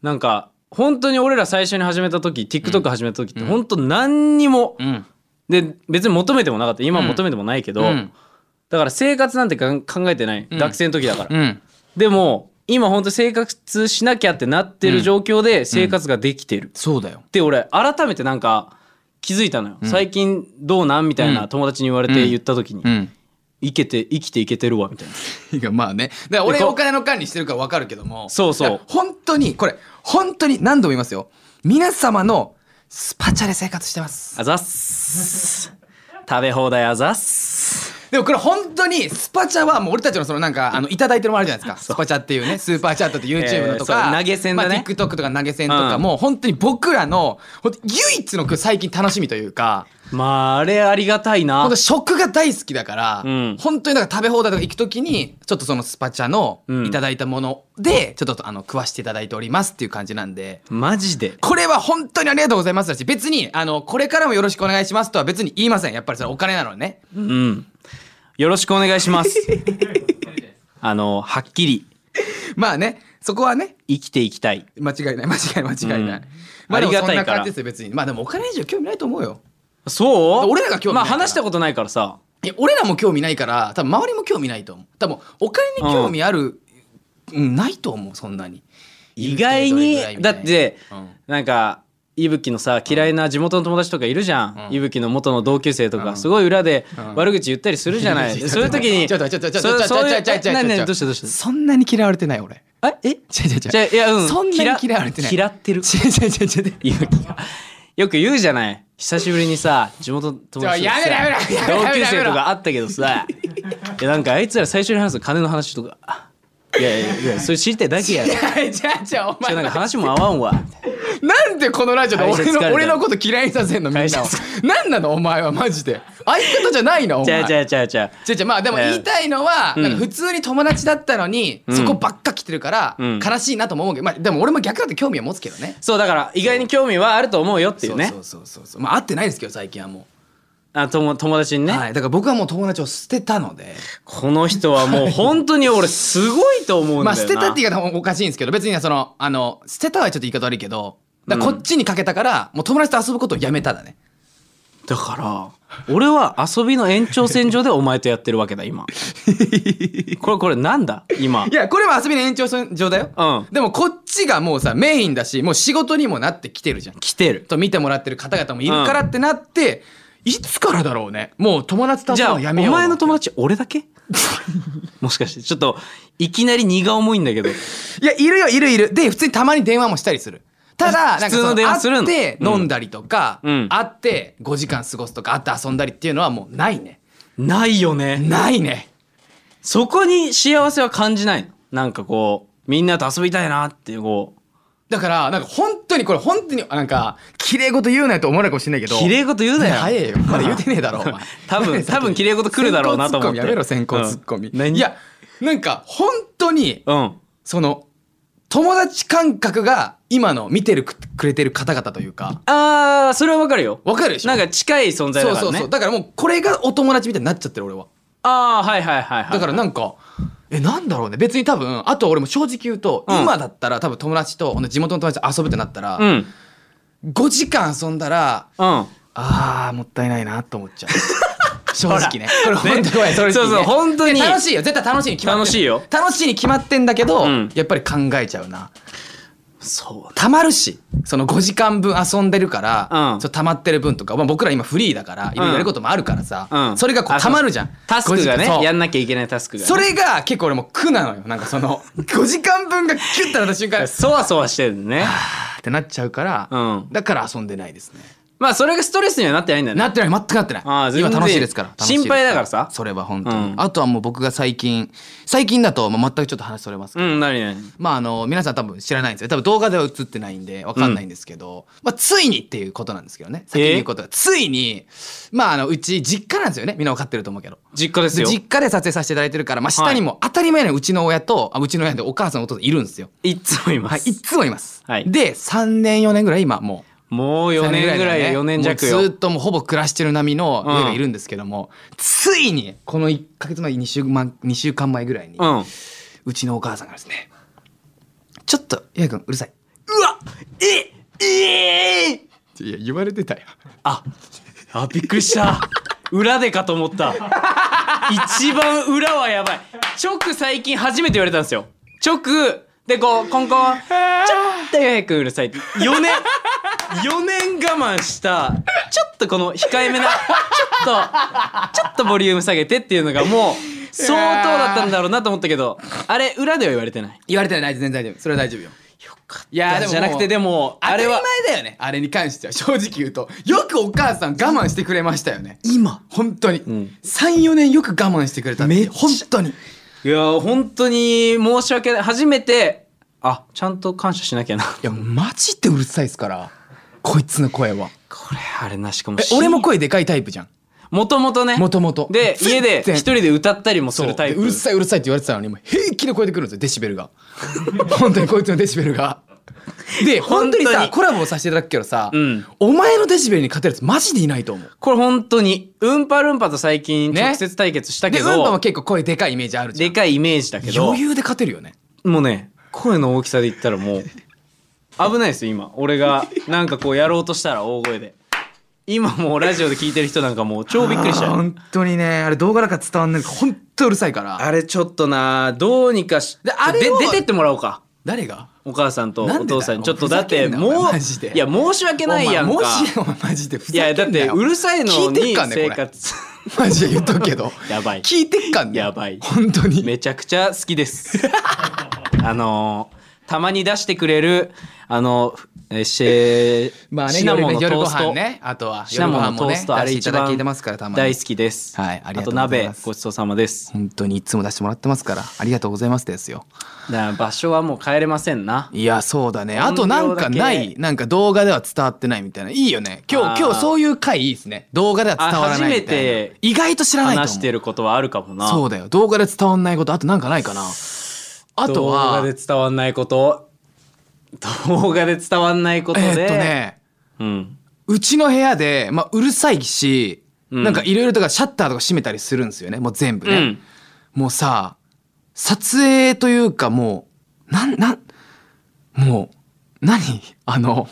[SPEAKER 2] なんか本当に俺ら最初に始めた時 TikTok 始めた時って本当何にも、
[SPEAKER 1] うん。
[SPEAKER 2] で別に求めてもなかった今
[SPEAKER 1] うん
[SPEAKER 2] 求めてもないけど、
[SPEAKER 1] うん
[SPEAKER 2] だから生活なんてかん考えてない、
[SPEAKER 1] うん
[SPEAKER 2] 学生の時だから、
[SPEAKER 1] うん。
[SPEAKER 2] でも今本当生活しなきゃってなってる状況で生活ができてる、
[SPEAKER 1] そうだよ。
[SPEAKER 2] で俺改めてなんか気づいたのよ、最近どうなんみたいな友達に言われて言った時に、
[SPEAKER 1] うん。
[SPEAKER 2] 生きて生きていけてるわみたいない
[SPEAKER 1] やまあねだから俺
[SPEAKER 2] でこう
[SPEAKER 1] お金の管理してるから分かるけども
[SPEAKER 2] そうそう
[SPEAKER 1] だから本当にこれ本当に何度も言いますよ皆様のスパチャで生活してます
[SPEAKER 2] あざっす食べ放題あざっす
[SPEAKER 1] でもこれ本当にスパチャはもう俺たちのそのなんかあのいただいてるものあるじゃないですかスパチャっていうねスーパーチャットって YouTube のと *laughs*
[SPEAKER 2] えー
[SPEAKER 1] か、
[SPEAKER 2] そう投げ銭だね
[SPEAKER 1] まあ、TikTok とか投げ銭とか
[SPEAKER 2] うん
[SPEAKER 1] もう本当に僕らのほんと唯一の最近楽しみというか
[SPEAKER 2] まああれありがたいな
[SPEAKER 1] 本当食が大好きだから、
[SPEAKER 2] うん
[SPEAKER 1] 本当にだから食べ放題とか行く時にちょっとそのスパチャの
[SPEAKER 2] うん
[SPEAKER 1] いただいたものでちょっとあの食わしていただいておりますっていう感じなんで。
[SPEAKER 2] マジで
[SPEAKER 1] これは本当にありがとうございますだし、別に、あの、これからもよろしくお願いしますとは別に言いません。やっぱりそれお金なのね。 *laughs*
[SPEAKER 2] うんよろしくお願いしますあのはっきり
[SPEAKER 1] まあね、そこはね、
[SPEAKER 2] 生きていきたい
[SPEAKER 1] 間違いない、間違いない、間違いない。
[SPEAKER 2] うん
[SPEAKER 1] まあでも
[SPEAKER 2] ありが
[SPEAKER 1] そ
[SPEAKER 2] た
[SPEAKER 1] ん
[SPEAKER 2] いから
[SPEAKER 1] な感じですよ、別に。まあでもお金以上興味ないと思うよ。
[SPEAKER 2] そう
[SPEAKER 1] 俺らが興味な
[SPEAKER 2] まあ
[SPEAKER 1] いから
[SPEAKER 2] 話したことないからさ
[SPEAKER 1] いや俺らも興味ないから、多分周りも興味ないと思う。多分お金に興味ある、うん、ないと思う、そんなに。
[SPEAKER 2] 意外
[SPEAKER 1] いる人どれぐ
[SPEAKER 2] に
[SPEAKER 1] らいみた
[SPEAKER 2] だ
[SPEAKER 1] いな
[SPEAKER 2] って、
[SPEAKER 1] うん
[SPEAKER 2] なんか伊吹のさ嫌いな地元の友達とかいるじゃん、伊吹の元の同級生とか、すごい裏で悪口言ったりするじゃない、
[SPEAKER 1] うん
[SPEAKER 2] そういう時に
[SPEAKER 1] ちょっとちょっとちょっ
[SPEAKER 2] そう
[SPEAKER 1] とちょっと
[SPEAKER 2] そういう
[SPEAKER 1] ちょっとちょっとちょっと
[SPEAKER 2] え何
[SPEAKER 1] ちょっ
[SPEAKER 2] 何
[SPEAKER 1] と
[SPEAKER 2] どうしたどうした
[SPEAKER 1] そんなに嫌われてない、俺。
[SPEAKER 2] あえ
[SPEAKER 1] 違う違う違う
[SPEAKER 2] じゃあいやうん
[SPEAKER 1] そんなに嫌われてない
[SPEAKER 2] 嫌ってる
[SPEAKER 1] 違う違う違う違う。
[SPEAKER 2] 勇気がよく言うじゃない久しぶりにさ地元の友達とかさ
[SPEAKER 1] ちょやめろやめろやめろやめ
[SPEAKER 2] 同級生
[SPEAKER 1] ろやめろ
[SPEAKER 2] とかあったけどさいやなんかあいつら最初に話す金の話とかいやいやいやそれ知りたいだけやろちょ
[SPEAKER 1] 違う違うお
[SPEAKER 2] っと
[SPEAKER 1] 前
[SPEAKER 2] なんか話も合わんわ
[SPEAKER 1] なんでこのラジオで
[SPEAKER 2] 会社
[SPEAKER 1] 俺
[SPEAKER 2] 疲れた
[SPEAKER 1] の俺のこと嫌いにさせんのみん
[SPEAKER 2] 会
[SPEAKER 1] な
[SPEAKER 2] 社
[SPEAKER 1] を何なのお前はマジで相方じゃないのお
[SPEAKER 2] ちゃ
[SPEAKER 1] 前
[SPEAKER 2] うちゃうちゃうちゃう
[SPEAKER 1] 違う違うまあでも言いたいのは、
[SPEAKER 2] うん
[SPEAKER 1] なんか普通に友達だったのに、そこばっか来てるから、
[SPEAKER 2] うん
[SPEAKER 1] 悲しいなとも思うけど、まあ、でも俺も逆だって興味は持つけどね
[SPEAKER 2] そうだから意外に興味はあると思うよっていうね
[SPEAKER 1] そうそうそうそうまあ会ってないですけど最近はも
[SPEAKER 2] あ友友達に
[SPEAKER 1] う、
[SPEAKER 2] ね、
[SPEAKER 1] はいだから僕はもう友達を捨てたので
[SPEAKER 2] この人はもう本当に俺すごいと思うんだよな、
[SPEAKER 1] まあ捨てたって言い方もおかしいんですけど別にそのあの捨てたはちょっと言い方悪いけどだからこっちにかけたから、もう友達と遊ぶことをやめただね
[SPEAKER 2] だから俺は遊びの延長線上でお前とやってるわけだ今これこれなんだ今
[SPEAKER 1] いや、これは遊びの延長線上だよ。
[SPEAKER 2] うん
[SPEAKER 1] でもこっちがもうさ、メインだし、もう仕事にもなってきてるじゃん。
[SPEAKER 2] 来てる
[SPEAKER 1] と見てもらってる方々もいるからってなって、いつからだろうね。もう友達と
[SPEAKER 2] じ
[SPEAKER 1] 遊ぶ
[SPEAKER 2] ゃあ
[SPEAKER 1] の
[SPEAKER 2] お
[SPEAKER 1] やめよう。
[SPEAKER 2] 前の友達俺だけ *laughs* もしかしてちょっといきなり荷が重いんだけど
[SPEAKER 1] いや、いるよ、いるいる。で、普通にたまに電話もしたりする。ただ、なんか
[SPEAKER 2] 普通
[SPEAKER 1] そ
[SPEAKER 2] の
[SPEAKER 1] の
[SPEAKER 2] 電話する
[SPEAKER 1] 会
[SPEAKER 2] の
[SPEAKER 1] って
[SPEAKER 2] うん
[SPEAKER 1] 飲んだりとか、
[SPEAKER 2] うん
[SPEAKER 1] 会って5時間過ごすとか、会って遊んだりっていうのはもうないね。
[SPEAKER 2] ないよね
[SPEAKER 1] ないね。
[SPEAKER 2] そこに幸せは感じないのなんかこうみんなと遊びたいなっていうこう
[SPEAKER 1] だから、なんか本当にこれ本当に、なんか、綺麗事言うなよと思わないかもしれないけど。
[SPEAKER 2] 綺麗事言うなよ
[SPEAKER 1] 早えよ。ま
[SPEAKER 2] *laughs*
[SPEAKER 1] だ言うてねえだろ、お前
[SPEAKER 2] 多
[SPEAKER 1] *laughs*
[SPEAKER 2] 分多分綺麗事来るだろうなと思って
[SPEAKER 1] 先行ツッコミやめろ、先行ツッコミ。
[SPEAKER 2] うん何
[SPEAKER 1] いや、なんか本当に、
[SPEAKER 2] うん
[SPEAKER 1] その、友達感覚が今の見てるくくれてる方々というか、
[SPEAKER 2] あーそれはわかるよ
[SPEAKER 1] わかるでしょ
[SPEAKER 2] なんか近い存在
[SPEAKER 1] そ
[SPEAKER 2] だ
[SPEAKER 1] う
[SPEAKER 2] から
[SPEAKER 1] そう
[SPEAKER 2] ね
[SPEAKER 1] そう。だからもうこれがお友達みたいになっちゃってる俺は。
[SPEAKER 2] ああはいはいはいはい
[SPEAKER 1] だからなんか、え、なんだろうね。別に多分、あと俺も正直言うと、
[SPEAKER 2] うん
[SPEAKER 1] 今だったら多分友達と、ほんで地元の友達と遊ぶってなったら、
[SPEAKER 2] うん
[SPEAKER 1] 5時間遊んだら、
[SPEAKER 2] うん
[SPEAKER 1] あー、もったいないなと思っちゃ
[SPEAKER 2] *laughs*
[SPEAKER 1] う。正直ね。これ本当にごめん、それ
[SPEAKER 2] そうそう本当に
[SPEAKER 1] 楽しいよ。絶対楽しいに決まってん
[SPEAKER 2] 楽しいよ
[SPEAKER 1] 楽しいに決まってんだけど、
[SPEAKER 2] うん
[SPEAKER 1] やっぱり考えちゃうな。
[SPEAKER 2] そう
[SPEAKER 1] 溜まるし、その5時間分遊んでるから、
[SPEAKER 2] うん
[SPEAKER 1] そう溜まってる分とか、まあ、僕ら今フリーだから、いろいろやることもあるからさ、
[SPEAKER 2] うん
[SPEAKER 1] それがこう
[SPEAKER 2] あそ
[SPEAKER 1] 溜
[SPEAKER 2] う
[SPEAKER 1] まるじゃん。
[SPEAKER 2] タスクが
[SPEAKER 1] 5
[SPEAKER 2] ね
[SPEAKER 1] 時間そう
[SPEAKER 2] やんなきゃいけないタスクがね、
[SPEAKER 1] それが結構俺も苦なのよ。なんかその、5時間分がキュッとなった瞬
[SPEAKER 2] *laughs*
[SPEAKER 1] 間、
[SPEAKER 2] そわそわしてるの
[SPEAKER 1] *laughs*
[SPEAKER 2] ね
[SPEAKER 1] あーってなっちゃうから、
[SPEAKER 2] うん
[SPEAKER 1] だから遊んでないですね。
[SPEAKER 2] まあそれがストレスにはなってないんだ
[SPEAKER 1] *laughs*
[SPEAKER 2] ね
[SPEAKER 1] なってない全くなってない
[SPEAKER 2] あー全然
[SPEAKER 1] 今楽しいですから楽しいです
[SPEAKER 2] 心配だからさ
[SPEAKER 1] それは本当に、
[SPEAKER 2] うん
[SPEAKER 1] あとはもう僕が最近最近だと、まあ、全くちょっと話それますけ
[SPEAKER 2] う
[SPEAKER 1] ど、
[SPEAKER 2] ん何何
[SPEAKER 1] まああの皆さん多分知らないんですよ多分動画では映ってないんでわかんないんですけど、まあ、ついにっていうことなんですけどね先に言うことが、ついにまああのうち実家なんですよねみんな分かってると思うけど。
[SPEAKER 2] 実家です
[SPEAKER 1] で
[SPEAKER 2] よ
[SPEAKER 1] 実家で撮影させていただいてるから、まあ、下にも当たり前のうちの親と、あうちの親でお母さんお父さんいるんですよ。
[SPEAKER 2] いつもいま
[SPEAKER 1] はい、
[SPEAKER 2] す、
[SPEAKER 1] いつもいます。
[SPEAKER 2] はい
[SPEAKER 1] で3年4年ぐらい今もう
[SPEAKER 2] もう4年ぐらい
[SPEAKER 1] だ
[SPEAKER 2] や
[SPEAKER 1] よね
[SPEAKER 2] 4年弱
[SPEAKER 1] もうず
[SPEAKER 2] よ
[SPEAKER 1] っともうほぼ暮らしてる波の
[SPEAKER 2] うん
[SPEAKER 1] 家がいるんですけども、ついにこの1ヶ月前2週間2週間前ぐらいに、う
[SPEAKER 2] うん
[SPEAKER 1] ちのお母さんがですねちょっと八重君うるさい。
[SPEAKER 5] いや、言われてたよ。
[SPEAKER 2] あびっくりした裏でかと思った一番裏はやばい直最近初めて言われたんですよ直でこうコンコンちょっと早くうるさいって4年4年我慢したちょっとこの控えめなちょっとちょっとボリューム下げてっていうのがもう相当だったんだろうなと思ったけどあれ裏では言われてない
[SPEAKER 1] 言われてない全然大丈夫それは大丈夫よ。
[SPEAKER 2] いやじゃなくてでも
[SPEAKER 1] あ
[SPEAKER 2] あ
[SPEAKER 1] れ
[SPEAKER 2] れ
[SPEAKER 1] は
[SPEAKER 2] は
[SPEAKER 1] 当たり前だよねあれに関しては正直言うとよくお母さん我慢してくれましたよね今本当に、
[SPEAKER 2] ん
[SPEAKER 1] 34年よく我慢してくれたって
[SPEAKER 2] めっちゃ
[SPEAKER 1] 本当に
[SPEAKER 2] いやー本当に申し訳ない初めてあちゃんと感謝しなきゃない
[SPEAKER 1] やマジでうるさいですからこいつの声は
[SPEAKER 2] これあれなしかも
[SPEAKER 1] え俺も声でかいタイプじゃん
[SPEAKER 2] もともとね
[SPEAKER 1] もともと
[SPEAKER 2] で
[SPEAKER 1] 全然
[SPEAKER 2] 家で一人で歌ったりもするタイ
[SPEAKER 1] で
[SPEAKER 2] プ
[SPEAKER 1] うるさいうるさいって言われてたのにもう平気で超えてくるんですよデシベル
[SPEAKER 2] *laughs*
[SPEAKER 1] が本当にこいつのデシベルがで本当に
[SPEAKER 2] 本当
[SPEAKER 1] さ
[SPEAKER 2] に
[SPEAKER 1] コラボさせていただくけどさ、
[SPEAKER 2] うん
[SPEAKER 1] お前のデシベルに勝てるやつマジでいないと思う
[SPEAKER 2] これ本当にうんぱるんぱと最近
[SPEAKER 1] ね
[SPEAKER 2] 直接対決したけ
[SPEAKER 1] でうん
[SPEAKER 2] ど、
[SPEAKER 1] ぱも結構声でかいイメージあるじゃ
[SPEAKER 2] で
[SPEAKER 1] ん
[SPEAKER 2] かいイメージだけど
[SPEAKER 1] 余裕で勝てるよね
[SPEAKER 2] もうね声の大きさで言ったらもう危ないですよ今俺がなんかこうやろうとしたら大声で今もうラジオで聞いてる人なんかもう超びっくりしちゃう
[SPEAKER 1] *laughs* 本当にねあれ動画だから伝わんないから本当うるさいから
[SPEAKER 2] あれちょっとなどうにかし
[SPEAKER 1] であれ
[SPEAKER 2] で
[SPEAKER 1] を
[SPEAKER 2] 出てってもらおうか
[SPEAKER 1] 誰が
[SPEAKER 2] お母さんとお
[SPEAKER 1] なんでだよ
[SPEAKER 2] 父さんにちょっとだって
[SPEAKER 1] ふざけんな
[SPEAKER 2] も
[SPEAKER 1] お
[SPEAKER 2] う
[SPEAKER 1] 前マジで
[SPEAKER 2] いや申し訳ないやん
[SPEAKER 1] お
[SPEAKER 2] か
[SPEAKER 1] 前もしお前マジでふ
[SPEAKER 2] い
[SPEAKER 1] ざ
[SPEAKER 2] やだ
[SPEAKER 1] け
[SPEAKER 2] っ
[SPEAKER 1] んな
[SPEAKER 2] て
[SPEAKER 1] よ
[SPEAKER 2] うるさいの
[SPEAKER 1] 聞いて
[SPEAKER 2] に
[SPEAKER 1] っかんね
[SPEAKER 2] 生
[SPEAKER 1] これ
[SPEAKER 2] 活 *laughs*
[SPEAKER 1] マジで言っとくけど
[SPEAKER 2] やばい
[SPEAKER 1] 聞いてっかんね
[SPEAKER 2] やばい
[SPEAKER 1] 本当に
[SPEAKER 2] めちゃくちゃ好きです *laughs* あのーたまに出してくれるあのえーシェ
[SPEAKER 1] まあね、
[SPEAKER 2] シナモンのト
[SPEAKER 1] 夜ご
[SPEAKER 2] ース
[SPEAKER 1] 飯
[SPEAKER 2] ト
[SPEAKER 1] ね、あとは
[SPEAKER 2] シナ
[SPEAKER 1] 夜ご
[SPEAKER 2] モ
[SPEAKER 1] 飯
[SPEAKER 2] ンのト
[SPEAKER 1] も
[SPEAKER 2] ー
[SPEAKER 1] ね、
[SPEAKER 2] スト
[SPEAKER 1] 出
[SPEAKER 2] あれ
[SPEAKER 1] してい
[SPEAKER 2] 一
[SPEAKER 1] ただい
[SPEAKER 2] 番
[SPEAKER 1] てますから、たま
[SPEAKER 2] 大
[SPEAKER 1] に
[SPEAKER 2] 好。きです
[SPEAKER 1] はいありがとうご
[SPEAKER 2] あ
[SPEAKER 1] ざ
[SPEAKER 2] と
[SPEAKER 1] い
[SPEAKER 2] 鍋
[SPEAKER 1] ます
[SPEAKER 2] ごちそうさまです
[SPEAKER 1] 本当にいつも出してもらってますから、ありがとうございますですよ。
[SPEAKER 2] だから場所はもう帰れませんない
[SPEAKER 1] や、そうだね。あとなんかな
[SPEAKER 2] 音量だ
[SPEAKER 1] い、なんか動画では伝わってないみたいな。いいよね。今
[SPEAKER 2] あー
[SPEAKER 1] 日、今日そういう回いいですね。動画では伝わらないみたいな。
[SPEAKER 2] あ初めて
[SPEAKER 1] 意外と知らないと思う。
[SPEAKER 2] 話してることはあるかもな
[SPEAKER 1] そうだよ。動画で伝わんないこと、あとなんかないかな。あとは、
[SPEAKER 2] 動画で伝わんないこと動画で伝わんないことで、
[SPEAKER 1] えーっとね、
[SPEAKER 2] うん
[SPEAKER 1] うちの部屋で、まあ、うるさいし、
[SPEAKER 2] うん
[SPEAKER 1] なんかいろいろとかシャッターとか閉めたりするんですよね。もう全部ね。
[SPEAKER 2] うん
[SPEAKER 1] もうさ、撮影というかもう、なん、なん、も *laughs* う、何あの、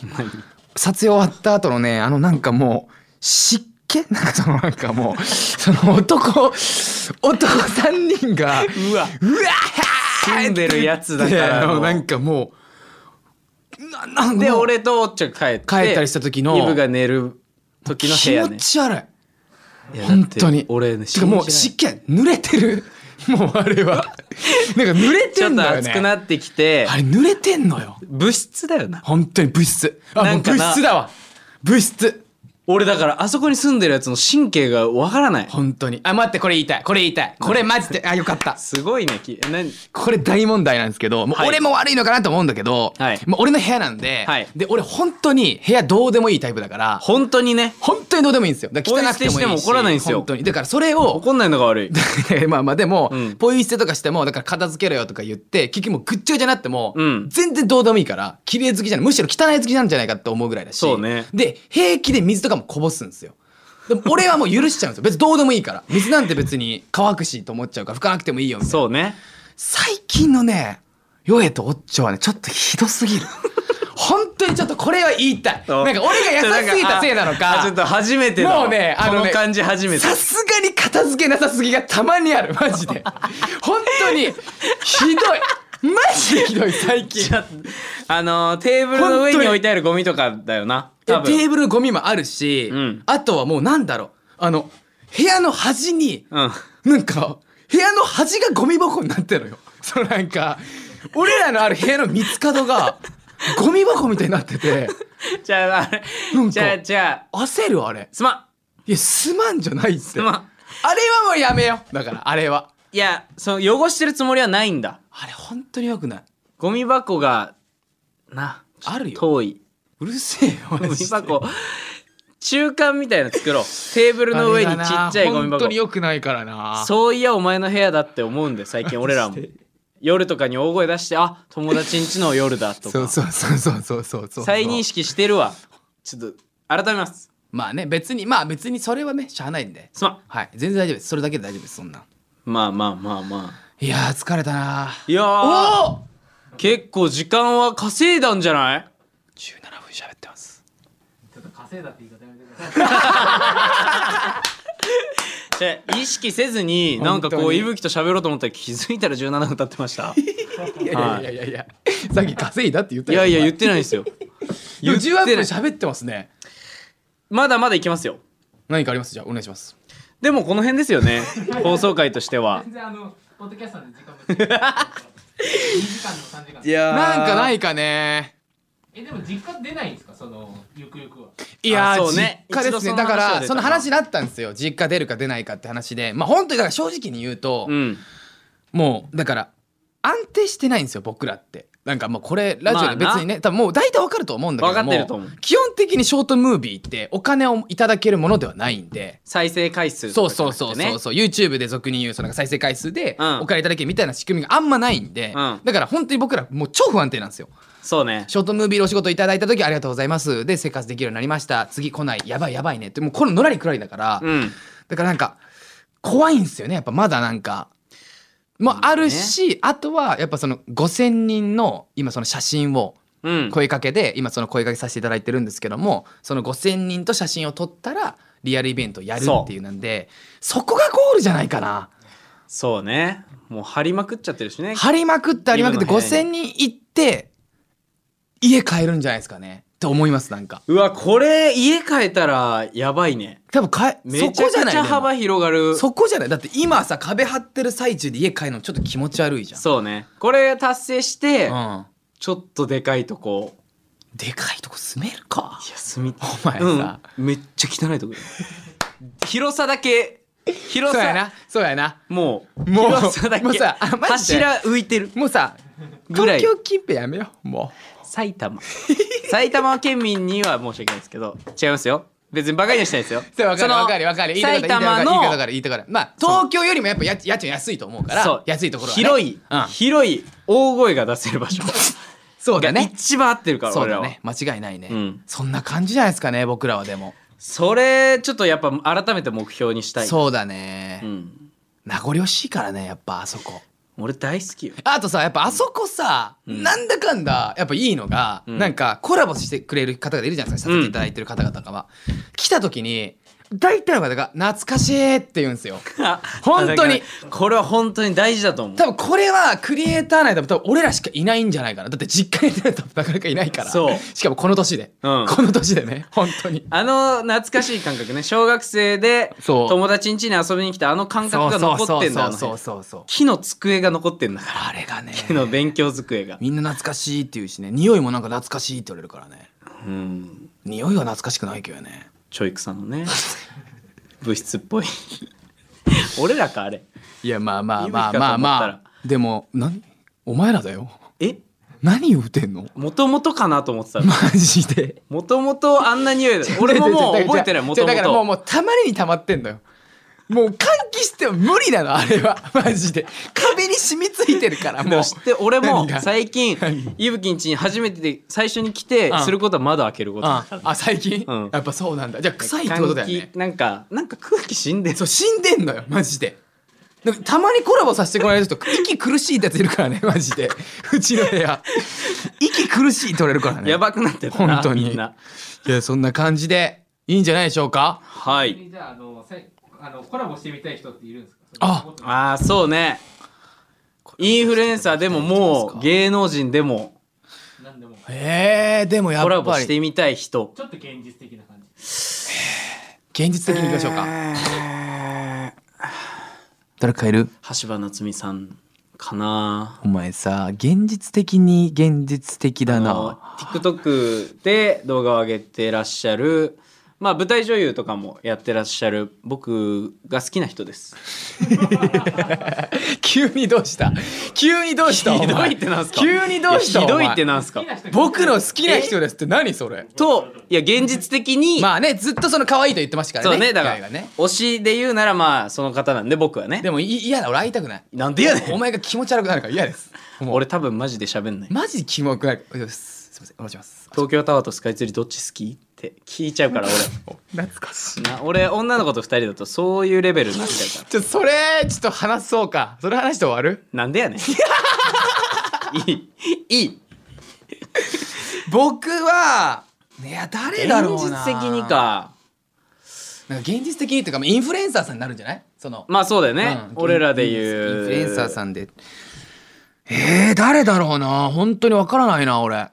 [SPEAKER 1] 撮影終わった後のね、あのなんかもう、湿け *laughs* なんかそのなんかもうその男男三人が
[SPEAKER 2] うわ
[SPEAKER 1] うわ
[SPEAKER 2] 住んでるやつだから
[SPEAKER 1] も
[SPEAKER 2] も
[SPEAKER 1] う
[SPEAKER 2] う
[SPEAKER 1] なんかもうななん
[SPEAKER 2] で
[SPEAKER 1] もう
[SPEAKER 2] 俺とおっちゃん帰って
[SPEAKER 1] 帰ったりした時の
[SPEAKER 2] イブが寝る時の部
[SPEAKER 1] 気
[SPEAKER 2] 屋
[SPEAKER 1] 持
[SPEAKER 2] ね
[SPEAKER 1] ち悪い
[SPEAKER 2] いやだって
[SPEAKER 1] 本当に
[SPEAKER 2] 俺ね
[SPEAKER 1] てかもう湿
[SPEAKER 2] 信
[SPEAKER 1] 気濡れてる *laughs* もうあれはなんか濡れ
[SPEAKER 2] じ
[SPEAKER 1] て
[SPEAKER 2] ら
[SPEAKER 1] ん
[SPEAKER 2] ん
[SPEAKER 1] の
[SPEAKER 2] ちょっと
[SPEAKER 1] よね
[SPEAKER 2] 熱くなってきて
[SPEAKER 1] あれ濡れてんのよ
[SPEAKER 2] 物質だよな
[SPEAKER 1] 本当に物質あ
[SPEAKER 2] な
[SPEAKER 1] もうん
[SPEAKER 2] か
[SPEAKER 1] 物
[SPEAKER 2] な
[SPEAKER 1] 質だわ物質
[SPEAKER 2] 俺だからあそこに住んでるやつの神経がわからない
[SPEAKER 1] 本当にあ待ってこれ言いたいこれ言いたいこれマジであよかった
[SPEAKER 2] すごいねきな
[SPEAKER 1] これ大問題なんですけど、もう
[SPEAKER 2] はい
[SPEAKER 1] 俺も悪いのかなと思うんだけど、
[SPEAKER 2] はい
[SPEAKER 1] もう俺の部屋なんで、
[SPEAKER 2] はい
[SPEAKER 1] で俺本当に部屋どうでもいいタイプだから、
[SPEAKER 2] 本当にね
[SPEAKER 1] 本当にどうでもいいんですよ。だから汚くてもいいし
[SPEAKER 2] ポイ捨てしても怒らないんですよ
[SPEAKER 1] 本当にだからそれを、
[SPEAKER 2] 怒んないのが悪
[SPEAKER 1] *laughs*
[SPEAKER 2] い
[SPEAKER 1] まあまあでも、
[SPEAKER 2] うん
[SPEAKER 1] ポイ捨てとかしてもだから片付けろよとか言って結局もうぐっちゃぐちゃになっても、
[SPEAKER 2] うん
[SPEAKER 1] 全然どうでもいいから綺麗好きじゃないむしろ汚い好きなんじゃないかって思うぐらいだし
[SPEAKER 2] そうね
[SPEAKER 1] で平気で水とかもこぼすんですよでも俺はもう許しちゃうんですよ別にどうでもいいから水なんて別に乾くしと思っちゃうから拭かなくてもいいよみたいな
[SPEAKER 2] そうね
[SPEAKER 1] 最近のね、ヨエとオッチョはね、ちょっとひどすぎ
[SPEAKER 2] *laughs*
[SPEAKER 1] る。本当にちょっとこれは言いたい。なんか俺が優しすぎたせいなの
[SPEAKER 2] あちょ
[SPEAKER 1] か
[SPEAKER 2] っ、と初めてだわ
[SPEAKER 1] もうねあのね
[SPEAKER 2] この感じ初めて
[SPEAKER 1] さすがに片付けなさすぎがたまにある、マジ
[SPEAKER 2] *laughs*
[SPEAKER 1] で。本当に、ひどい。マジでひどい、最近。
[SPEAKER 2] ちょっとあのーテーブルの上に置いてあるゴミとかだよな
[SPEAKER 1] テ
[SPEAKER 2] 多分
[SPEAKER 1] ーブルのゴミもあるし、
[SPEAKER 2] うん
[SPEAKER 1] あとはもうなんだろう、あの、部屋の端に、
[SPEAKER 2] うん
[SPEAKER 1] なんか、部屋の端がゴミ箱になってるのよ。そのなんか、俺らのある部屋の三つ角が、ゴミ箱みたいになってて、
[SPEAKER 2] *laughs* じゃああれ
[SPEAKER 1] なんか
[SPEAKER 2] じゃあじゃあ
[SPEAKER 1] 焦るあれ。
[SPEAKER 2] すまん
[SPEAKER 1] いや、すまんじゃないって。
[SPEAKER 2] すまん
[SPEAKER 1] あれはもうやめよう。だから、あれは。
[SPEAKER 2] いやその汚してるつもりはないんだ
[SPEAKER 1] あれ、本当に良くない。
[SPEAKER 2] ゴミ箱がな
[SPEAKER 1] あるよ。
[SPEAKER 2] 遠いう
[SPEAKER 1] るせえよ、マ
[SPEAKER 2] ゴミ
[SPEAKER 1] ジで
[SPEAKER 2] 箱中間みたいなの作ろうテーブルの上にちっちゃいゴ
[SPEAKER 1] 本
[SPEAKER 2] ミ
[SPEAKER 1] 当
[SPEAKER 2] 箱
[SPEAKER 1] に良くないからな。
[SPEAKER 2] そういやお前の部屋だって思うんだよ最近俺らも夜とかに大声出してあ友達ん家の夜だと
[SPEAKER 1] そう
[SPEAKER 2] か
[SPEAKER 1] そうそうそうそうそうそう。
[SPEAKER 2] 再認識してるわちょっと改めます
[SPEAKER 1] まあね、別に、まあ別にそれはね、しゃあないんで。
[SPEAKER 2] すまん
[SPEAKER 1] はい、全然大丈夫です。それだけで大丈夫です、そんな。
[SPEAKER 2] まあまあまあまあ
[SPEAKER 1] いやー、疲れたなー。
[SPEAKER 2] いやー
[SPEAKER 1] おお
[SPEAKER 2] 結構時間は稼いだんじゃない
[SPEAKER 1] 17分喋ってます
[SPEAKER 2] じゃあ意識せずになんかこ
[SPEAKER 1] 本当
[SPEAKER 2] う
[SPEAKER 1] に
[SPEAKER 2] いぶきと喋ろうと思ったら気づいたら17分経ってました
[SPEAKER 1] *laughs* いやいやいやいやいや、さっき稼いだって言っ
[SPEAKER 2] い
[SPEAKER 1] た
[SPEAKER 2] やいや
[SPEAKER 1] や
[SPEAKER 2] 言ってない
[SPEAKER 1] *laughs*
[SPEAKER 2] ですよ
[SPEAKER 1] 18分
[SPEAKER 2] ない
[SPEAKER 1] 喋ってますね
[SPEAKER 2] まだまだいきますよ
[SPEAKER 1] 何かありますじゃあお願いします
[SPEAKER 2] でもこの辺です
[SPEAKER 1] *laughs*
[SPEAKER 2] よね放送回としては
[SPEAKER 4] 然あのポッドキャストの時間も2時間の3時間
[SPEAKER 2] いや
[SPEAKER 1] なんかないかね
[SPEAKER 4] えでも実家出ないんですかそのゆくゆくはい
[SPEAKER 1] や
[SPEAKER 2] あ
[SPEAKER 1] ー
[SPEAKER 2] そうね
[SPEAKER 1] 実家です
[SPEAKER 2] 一度そ
[SPEAKER 1] ね
[SPEAKER 2] の
[SPEAKER 1] だか
[SPEAKER 2] 話は出た
[SPEAKER 1] ら
[SPEAKER 2] な
[SPEAKER 1] その話だったんですよ実家出るか出ないかって話でまあ本当にだから正直に言うと、
[SPEAKER 2] うん
[SPEAKER 1] もうだから安定してないんですよ僕らってなんかもうこれラジオで別にね、多分もう大体わかると思うんだけど
[SPEAKER 2] わか
[SPEAKER 1] も
[SPEAKER 2] ってると思う
[SPEAKER 1] 基本的にショートムービーってお金をいただけるものではないんで
[SPEAKER 2] 再生回数
[SPEAKER 1] そう
[SPEAKER 2] とかじゃ
[SPEAKER 1] そ
[SPEAKER 2] な
[SPEAKER 1] う
[SPEAKER 2] くて
[SPEAKER 1] そう
[SPEAKER 2] ね
[SPEAKER 1] そうそう YouTube で俗に言うその再生回数で
[SPEAKER 2] うん
[SPEAKER 1] お金いただけるみたいな仕組みがあんまないんで、
[SPEAKER 2] うん
[SPEAKER 1] だから本当に僕らもう超不安定なんですよ
[SPEAKER 2] そうね
[SPEAKER 1] ショートムービーのお仕事いただいた時ありがとうございますで生活できるようになりました次来ないやばいやばいねってもうこののらりくらりだから、
[SPEAKER 2] うん
[SPEAKER 1] だからなんか怖いんですよねやっぱまだなんかもあるし、あとはやっぱその5,000人の今その写真を
[SPEAKER 2] うん
[SPEAKER 1] 声かけで今その声かけさせていただいてるんですけどもその5,000人と写真を撮ったらリアルイベントをやるっていうなんでそこがゴールじゃないかな
[SPEAKER 2] そうねもう張りまくっちゃってるしね
[SPEAKER 1] 張りまくって張りまくって
[SPEAKER 2] 今の部屋
[SPEAKER 1] 5,000人行って家帰るんじゃないですかねって思いますなんか
[SPEAKER 2] うわこれ家変えたらやばいね
[SPEAKER 1] 多分かえそ
[SPEAKER 2] めちゃ
[SPEAKER 1] こ
[SPEAKER 2] く
[SPEAKER 1] じゃない
[SPEAKER 2] ちゃ
[SPEAKER 1] でも
[SPEAKER 2] 幅広がる
[SPEAKER 1] そこじゃないだって今さ壁張ってる最中で家帰るのちょっと気持ち悪いじゃん
[SPEAKER 2] そうねこれ達成して
[SPEAKER 1] うん
[SPEAKER 2] ちょっとでかいとこ
[SPEAKER 1] でかいとこ住めるか
[SPEAKER 2] いや住み
[SPEAKER 1] お前さ、
[SPEAKER 2] うん、めっちゃ汚いとこ広さだけ広
[SPEAKER 1] そうや
[SPEAKER 2] さ
[SPEAKER 1] なそうやな
[SPEAKER 2] もう
[SPEAKER 1] もう
[SPEAKER 2] 広さだけ
[SPEAKER 1] もうさあマジで
[SPEAKER 2] 柱浮いてる
[SPEAKER 1] もうさ
[SPEAKER 2] ぐら
[SPEAKER 1] 東
[SPEAKER 2] い
[SPEAKER 1] 京近辺やめようも
[SPEAKER 2] 埼玉 *laughs* 埼玉県民には申し訳ないですけど違いますよ別にバカにはしてないですよ
[SPEAKER 1] *laughs* うそれ分かる
[SPEAKER 2] の
[SPEAKER 1] 分かる分かる言いたい
[SPEAKER 2] 埼
[SPEAKER 1] こと言
[SPEAKER 2] 玉
[SPEAKER 1] いたいこと
[SPEAKER 2] の
[SPEAKER 1] 言いたいこと言いたいことまあ東京よりもやっぱ家家賃安いと思うから
[SPEAKER 2] そう
[SPEAKER 1] 安いところは、ね、
[SPEAKER 2] 広い、
[SPEAKER 1] うん、
[SPEAKER 2] 広い大声が出せる場所
[SPEAKER 1] *laughs* そうだ
[SPEAKER 2] が
[SPEAKER 1] ね
[SPEAKER 2] 一番合ってるから
[SPEAKER 1] そう
[SPEAKER 2] 俺
[SPEAKER 1] だ
[SPEAKER 2] らは
[SPEAKER 1] ね間違いないね、
[SPEAKER 2] うん
[SPEAKER 1] そんな感じじゃないですかね僕らはでも、
[SPEAKER 2] それちょっとやっぱ改めて目標にしたい
[SPEAKER 1] そうだね、
[SPEAKER 2] うん、
[SPEAKER 1] 名残惜しいからねやっぱあそこ
[SPEAKER 2] 俺大好きよ
[SPEAKER 1] あとさやっぱあそこさ、
[SPEAKER 2] ん
[SPEAKER 1] なんだかんだやっぱいいのが、
[SPEAKER 2] うん
[SPEAKER 1] なんかコラボしてくれる方がいるじゃないですかさせていただいてる方々が、来た時に大体の方が「懐かしい」って言うんですよ *laughs* 本
[SPEAKER 2] *laughs*
[SPEAKER 1] 当に
[SPEAKER 2] これは本当に大事だと思う
[SPEAKER 1] 多分これはクリエイター内でも多分俺らしかいないんじゃないかなだって実家に出るとなかなかいないから
[SPEAKER 2] そう
[SPEAKER 1] しかもこの年で、
[SPEAKER 2] うん
[SPEAKER 1] この年でね本当に
[SPEAKER 2] あの懐かしい感覚ね小学生で
[SPEAKER 1] そう
[SPEAKER 2] 友達ん家に遊びに来たあの感覚が残ってんだよね
[SPEAKER 1] そうそうそうそう
[SPEAKER 2] 木の机が残ってんだから
[SPEAKER 1] あれがね
[SPEAKER 2] *laughs* 木の勉強机が
[SPEAKER 1] みんな懐かしいって言うしね匂いもなんか懐かしいって言われるからね
[SPEAKER 2] うん
[SPEAKER 1] 匂いは懐かしくないけどね
[SPEAKER 2] ちょい草の *laughs* ね物質っぽい *laughs* 俺らかあれ
[SPEAKER 1] いやまあまあ
[SPEAKER 2] い
[SPEAKER 1] まあ
[SPEAKER 2] ぶきか
[SPEAKER 1] ま
[SPEAKER 2] と
[SPEAKER 1] あ
[SPEAKER 2] 思ったら
[SPEAKER 1] まあでも何お前らだ
[SPEAKER 2] *laughs*
[SPEAKER 1] よ
[SPEAKER 2] え
[SPEAKER 1] 何言うてんの
[SPEAKER 2] もともとかなと思ってた
[SPEAKER 1] マジで
[SPEAKER 2] もともとあん
[SPEAKER 1] *laughs*
[SPEAKER 2] な匂いだ俺ももう覚えてないもと
[SPEAKER 1] だ
[SPEAKER 2] も
[SPEAKER 1] からもう
[SPEAKER 2] と
[SPEAKER 1] もうたまりにたまってんのよもう換気しても無理なのあれ
[SPEAKER 2] *laughs*
[SPEAKER 1] はマジで壁に染みついてるから
[SPEAKER 2] で
[SPEAKER 1] も
[SPEAKER 2] も
[SPEAKER 1] う
[SPEAKER 2] 知って俺も
[SPEAKER 1] 何が
[SPEAKER 2] 最近伊吹んちに初めてで最初に来て
[SPEAKER 1] うん
[SPEAKER 2] することは窓開けること
[SPEAKER 1] ああ最近、
[SPEAKER 2] うん
[SPEAKER 1] やっぱそうなんだじゃあ臭いってことだよね
[SPEAKER 2] 換気なんかなんか空気死んでる
[SPEAKER 1] そう死んでんのよマジでなんかたまにコラボさせてもらえる人息苦しいってやついるからねマジでうちの部
[SPEAKER 2] *laughs*
[SPEAKER 1] 屋息苦しいって言われるからね
[SPEAKER 2] やばくなってたな
[SPEAKER 1] 本当に
[SPEAKER 2] みんない
[SPEAKER 1] やそんな感じでいいんじゃないでしょうか
[SPEAKER 2] はい
[SPEAKER 4] じゃああのさいあのコラボしてみたい人っているんですか
[SPEAKER 1] あ
[SPEAKER 2] ああそうねインフルエンサーでももう芸能人でも
[SPEAKER 4] 何でも
[SPEAKER 1] えー、でもやっ
[SPEAKER 2] コ
[SPEAKER 1] ぱ
[SPEAKER 2] ラ
[SPEAKER 1] り
[SPEAKER 2] ボしてみたい人
[SPEAKER 4] ちょっと現実的な感じ
[SPEAKER 1] 現実的にいきましょうか、誰かいる
[SPEAKER 2] 橋場夏美さんかな
[SPEAKER 1] お前さ現実的に現実的だ
[SPEAKER 2] あの TikTok で動画を上げてらっしゃるまあ舞台女優とかもやってらっしゃる僕が好きな人です
[SPEAKER 1] 急にどうした急にどうした
[SPEAKER 2] ひど
[SPEAKER 1] お前
[SPEAKER 2] いってなんすか
[SPEAKER 1] 急にどうした
[SPEAKER 2] いやひどいって
[SPEAKER 1] お前
[SPEAKER 2] なんすか
[SPEAKER 1] 僕の好きな人ですって何それ
[SPEAKER 2] といや現実的に、
[SPEAKER 1] まあねずっとその可愛いと言ってましたからね
[SPEAKER 2] そうねだか
[SPEAKER 1] 機
[SPEAKER 2] ら、
[SPEAKER 1] 会がね
[SPEAKER 2] 推しで言うならまあその方なんで僕はね
[SPEAKER 1] でもい嫌だ俺会いたくない
[SPEAKER 2] なんでやね
[SPEAKER 1] お
[SPEAKER 2] ん
[SPEAKER 1] 前が気持ち悪くなるから嫌ですもう
[SPEAKER 2] 俺多分マジで喋んない
[SPEAKER 1] マジで気持ち悪くなるよしすいませんお願いします
[SPEAKER 2] 東京タワーとスカイツリーどっち好きって聞いちゃうから俺
[SPEAKER 1] 懐かしい
[SPEAKER 2] な俺女の子と二人だとそういうレベルになっちゃうから
[SPEAKER 1] ちょそれちょっと話そうかそれ話して終わる
[SPEAKER 2] なん
[SPEAKER 1] *laughs*
[SPEAKER 2] でやねんいいいい
[SPEAKER 1] 僕はいや誰だろうな
[SPEAKER 2] 現実的にか
[SPEAKER 1] なんか現実的にというかまあインフルエンサーさんになるんじゃないその
[SPEAKER 2] まあそうだよね、
[SPEAKER 1] うん
[SPEAKER 2] 俺らで
[SPEAKER 1] イン
[SPEAKER 2] 言う
[SPEAKER 1] フルエンサーさんでえー、誰だろうな本当にわからないな俺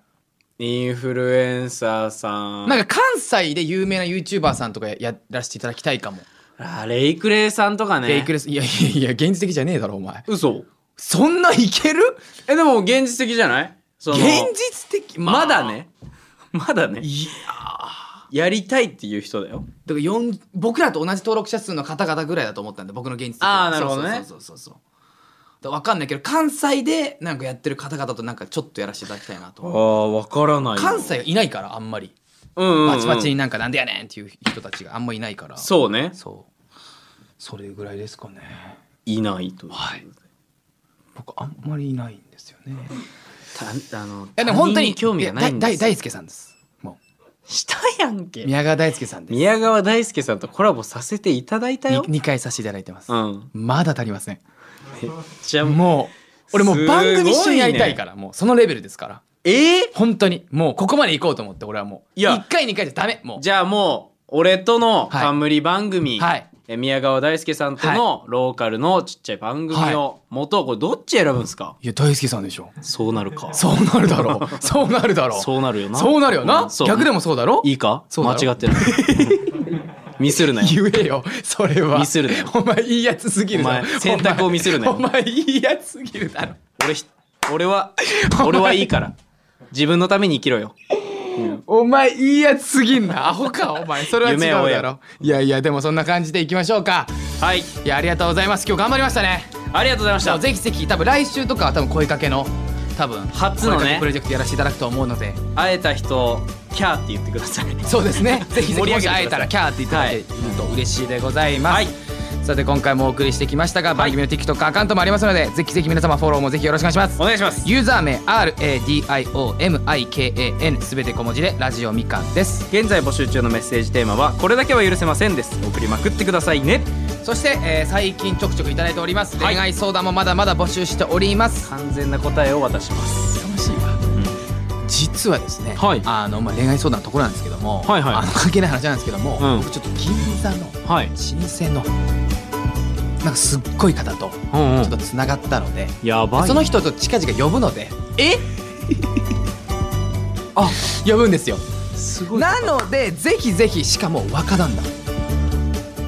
[SPEAKER 2] インフルエンサーさん
[SPEAKER 1] なんか関西で有名な YouTuber さんとかややらせていただきたいかも、
[SPEAKER 2] あレイクレイさんとかね
[SPEAKER 1] レイクレスいやいやいや現実的じゃねえだろお前
[SPEAKER 2] 嘘
[SPEAKER 1] そんないける
[SPEAKER 2] えでも現実的じゃないその
[SPEAKER 1] 現実的、
[SPEAKER 2] まだねまだね
[SPEAKER 1] いや
[SPEAKER 2] やりたいっていう人だよ
[SPEAKER 1] だから四僕らと同じ登録者数の方々ぐらいだと思ったんで僕の現実的
[SPEAKER 2] あーなるほどね
[SPEAKER 1] そうそうそうそうだからわかんないけど関西でなんかやってる方々となんかちょっとやらせていただきたいなと
[SPEAKER 2] あ
[SPEAKER 1] 思う
[SPEAKER 2] あわからない
[SPEAKER 1] 関西はいないからあんまり
[SPEAKER 2] うんうん、うん、
[SPEAKER 1] バチバチになんかなんでやねんっていう人たちがあんまいないからう
[SPEAKER 2] そうね
[SPEAKER 1] そうそれぐらいですかね
[SPEAKER 2] いないとはい
[SPEAKER 1] 僕あんまりいないんですよね
[SPEAKER 2] たあの
[SPEAKER 1] いやでも本当
[SPEAKER 2] 他人
[SPEAKER 1] に
[SPEAKER 2] 興味がない
[SPEAKER 1] い
[SPEAKER 2] ん
[SPEAKER 1] やだ
[SPEAKER 2] で
[SPEAKER 1] い
[SPEAKER 2] すよ
[SPEAKER 1] 大輔さんですも
[SPEAKER 2] したやん
[SPEAKER 1] う
[SPEAKER 2] け
[SPEAKER 1] 宮川大輔さんです
[SPEAKER 2] 宮川大輔さんとコラボさせていただいたよ
[SPEAKER 1] 2回させていただいてます、
[SPEAKER 2] うん
[SPEAKER 1] まだ足りません
[SPEAKER 2] じゃあ
[SPEAKER 1] もう俺もう番組一緒にやりたいからもうそのレベルですから
[SPEAKER 2] えー
[SPEAKER 1] 本当にもうここまで行こうと思って俺はもう
[SPEAKER 2] いや
[SPEAKER 1] 1回2回じゃダメもう
[SPEAKER 2] じゃあもう俺と
[SPEAKER 1] は
[SPEAKER 2] の
[SPEAKER 1] い
[SPEAKER 2] 冠番組、
[SPEAKER 1] はい
[SPEAKER 2] え宮川大輔さんとのローカルのちっちゃい番組を元、これどっち選ぶんですか
[SPEAKER 1] いや大輔さんでしょ
[SPEAKER 2] そうなるかそ
[SPEAKER 1] そうなるだ
[SPEAKER 2] *laughs*
[SPEAKER 1] ろうそうなるだろう
[SPEAKER 2] うなるよな
[SPEAKER 1] そうなるよな、
[SPEAKER 2] うんそう
[SPEAKER 1] 逆でもそうだろ
[SPEAKER 2] いいか
[SPEAKER 1] そうだ
[SPEAKER 2] 間
[SPEAKER 1] よ
[SPEAKER 2] 違って
[SPEAKER 1] *laughs*
[SPEAKER 2] ないミスるなよ
[SPEAKER 1] 言えよそれは
[SPEAKER 2] ミスるなよ
[SPEAKER 1] お前いいやつすぎるだろ
[SPEAKER 2] お前選択をミスるなよ
[SPEAKER 1] お前お前いいやつすぎるだろ
[SPEAKER 2] 俺ひ俺は俺はいいから自分のために生きろよ
[SPEAKER 1] お前いいやつすぎんなアホかお前それは違う
[SPEAKER 2] 夢を追え
[SPEAKER 1] だろいやいやでもそんな感じでいきましょうか
[SPEAKER 2] はい
[SPEAKER 1] いやありがとうございます今日頑張りましたね
[SPEAKER 2] ありがとうございまし
[SPEAKER 1] じゃあ
[SPEAKER 2] た
[SPEAKER 1] ぜひぜひ多分来週とかは多分声かけの多分
[SPEAKER 2] 初
[SPEAKER 1] 声
[SPEAKER 2] のね
[SPEAKER 1] かけプロジェクトやらせていただくと思うので
[SPEAKER 2] 会えた人キャーって言ってください
[SPEAKER 1] そうです
[SPEAKER 2] *laughs*
[SPEAKER 1] ね。ぜひぜひ
[SPEAKER 2] 盛り
[SPEAKER 1] も
[SPEAKER 2] 上げてください
[SPEAKER 1] し会えたらキャーって言っていただけると嬉しいでございます。
[SPEAKER 2] はい
[SPEAKER 1] さて今回もお送りしてきましたが、番組の TikTok アカウントもありますのでぜひぜひ皆様フォローもぜひよろしくお願いします
[SPEAKER 2] お。願いします
[SPEAKER 1] ユーザー名 RADIOMIKAN すべて小文字でラジオみかんです
[SPEAKER 2] 現在募集中のメッセージテーマはこれだけは許せませんです送りまくってくださいね
[SPEAKER 1] そして、えー最近ちょくちょくいただいております、
[SPEAKER 2] はい
[SPEAKER 1] 恋愛相談もまだまだ募集しております
[SPEAKER 2] 完全な答えを渡します
[SPEAKER 1] 楽しいわ、実はですね、
[SPEAKER 2] はい
[SPEAKER 1] あのまあ、恋愛相談のところなんですけども、
[SPEAKER 2] はいはい
[SPEAKER 1] あの関係ない話なんですけども、
[SPEAKER 2] うん
[SPEAKER 1] 僕ちょっと銀座の
[SPEAKER 2] はい
[SPEAKER 1] 老舗のなんかすっごい方とち
[SPEAKER 2] うん
[SPEAKER 1] ょ
[SPEAKER 2] う
[SPEAKER 1] っ
[SPEAKER 2] ん
[SPEAKER 1] とつながったので、
[SPEAKER 2] やばい
[SPEAKER 1] その人と近々呼ぶのでえ *laughs* あ呼ぶんですよ
[SPEAKER 2] すごい
[SPEAKER 1] なのでぜひぜひしかも若旦那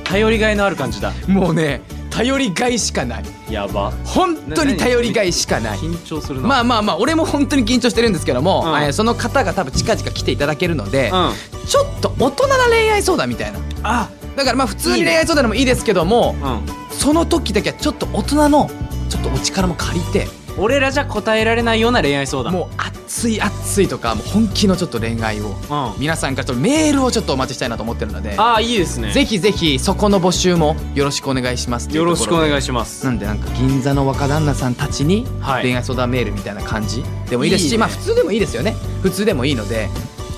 [SPEAKER 2] 頼りがいのある感じだ
[SPEAKER 1] もうね頼りがいしかない
[SPEAKER 2] やば
[SPEAKER 1] 本当に頼りがいしかない
[SPEAKER 2] 緊張するな
[SPEAKER 1] まあまあまあ俺も本当に緊張してるんですけども、
[SPEAKER 2] うん
[SPEAKER 1] えーその方が多分近々来ていただけるので、
[SPEAKER 2] うん
[SPEAKER 1] ちょっと大人な恋愛相談みたいな
[SPEAKER 2] あ
[SPEAKER 1] だからまあ普通に恋愛相談でもいいですけども
[SPEAKER 2] うん
[SPEAKER 1] その時だけはちょっと大人のちょっとお力も借りて
[SPEAKER 2] 俺らじゃ答えられないような恋愛相談
[SPEAKER 1] もう熱い熱いとかもう本気のちょっと恋愛を
[SPEAKER 2] うんあ
[SPEAKER 1] 皆さんからちょっとメールをちょっとお待ちしたいなと思ってるので
[SPEAKER 2] あいいですね
[SPEAKER 1] ぜひぜひそこの募集もよろしくお願いしますっていう
[SPEAKER 2] よろしくお願い
[SPEAKER 1] し
[SPEAKER 2] しま
[SPEAKER 1] ますなんでなんか銀座の若旦那さんたちに
[SPEAKER 2] はい
[SPEAKER 1] 恋愛相談メールみたいな感じでもいいですし
[SPEAKER 2] いいね
[SPEAKER 1] まあ普通でもいいですよね普通でもいいので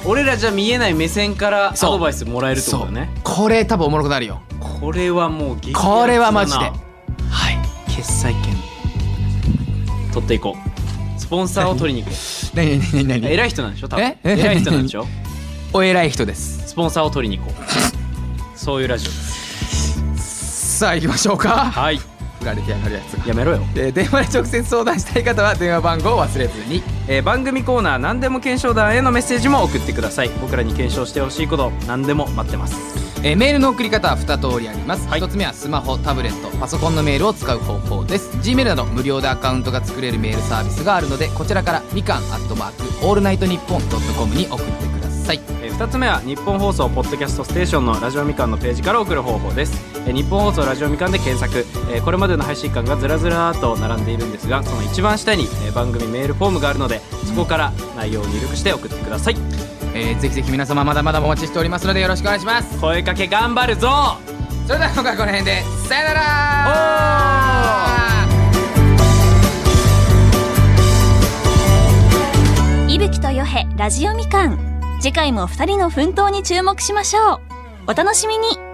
[SPEAKER 2] 俺らじゃ見えない目線からア
[SPEAKER 1] そう
[SPEAKER 2] ドバイスもらえるってことだね
[SPEAKER 1] これ多分おもろくなるよ
[SPEAKER 2] これはもう激アツだな
[SPEAKER 1] これはマジではい決済権
[SPEAKER 2] 取っていこうスポンサーを取りに行こ
[SPEAKER 1] 何何何
[SPEAKER 2] う
[SPEAKER 1] 何
[SPEAKER 2] 偉い人なんでしょ多分
[SPEAKER 1] ええ
[SPEAKER 2] 偉い人なんでしょ
[SPEAKER 1] お偉い人です
[SPEAKER 2] スポンサーを取りに行こうそういうラジオです
[SPEAKER 1] さあ行きましょうか
[SPEAKER 2] はい
[SPEAKER 1] 振られてやがるやつが
[SPEAKER 2] やめろよ
[SPEAKER 1] えー電話で直接相談したい方は電話番号を忘れずに
[SPEAKER 2] えー番組コーナー何でも検証団へのメッセージも送ってください僕らに検証してほしいこと何でも待ってます
[SPEAKER 1] えーメールの送り方は2通りあります、
[SPEAKER 2] はい
[SPEAKER 1] 1つ目はスマホタブレットパソコンのメールを使う方法です Gmail など無料でアカウントが作れるメールサービスがあるのでこちらからみかんアットマークオールナイトニッポンドットコムに送ってください
[SPEAKER 2] え2つ目は日本放送ポッドキャストステーションのラジオみかんのページから送る方法です、えー日本放送ラジオみかんで検索、えーこれまでの配信間がずらずらーと並んでいるんですがその一番下に、えー番組メールフォームがあるのでそこから内容を入力して送ってください
[SPEAKER 1] えーぜひぜひ皆様まだまだお待ちしておりますのでよろしくお願いします
[SPEAKER 2] 声かけ頑張るぞ
[SPEAKER 1] それでは今回はこの辺でさよなら
[SPEAKER 6] いぶきとよへラジオみかん次回も2人の奮闘に注目しましょうお楽しみに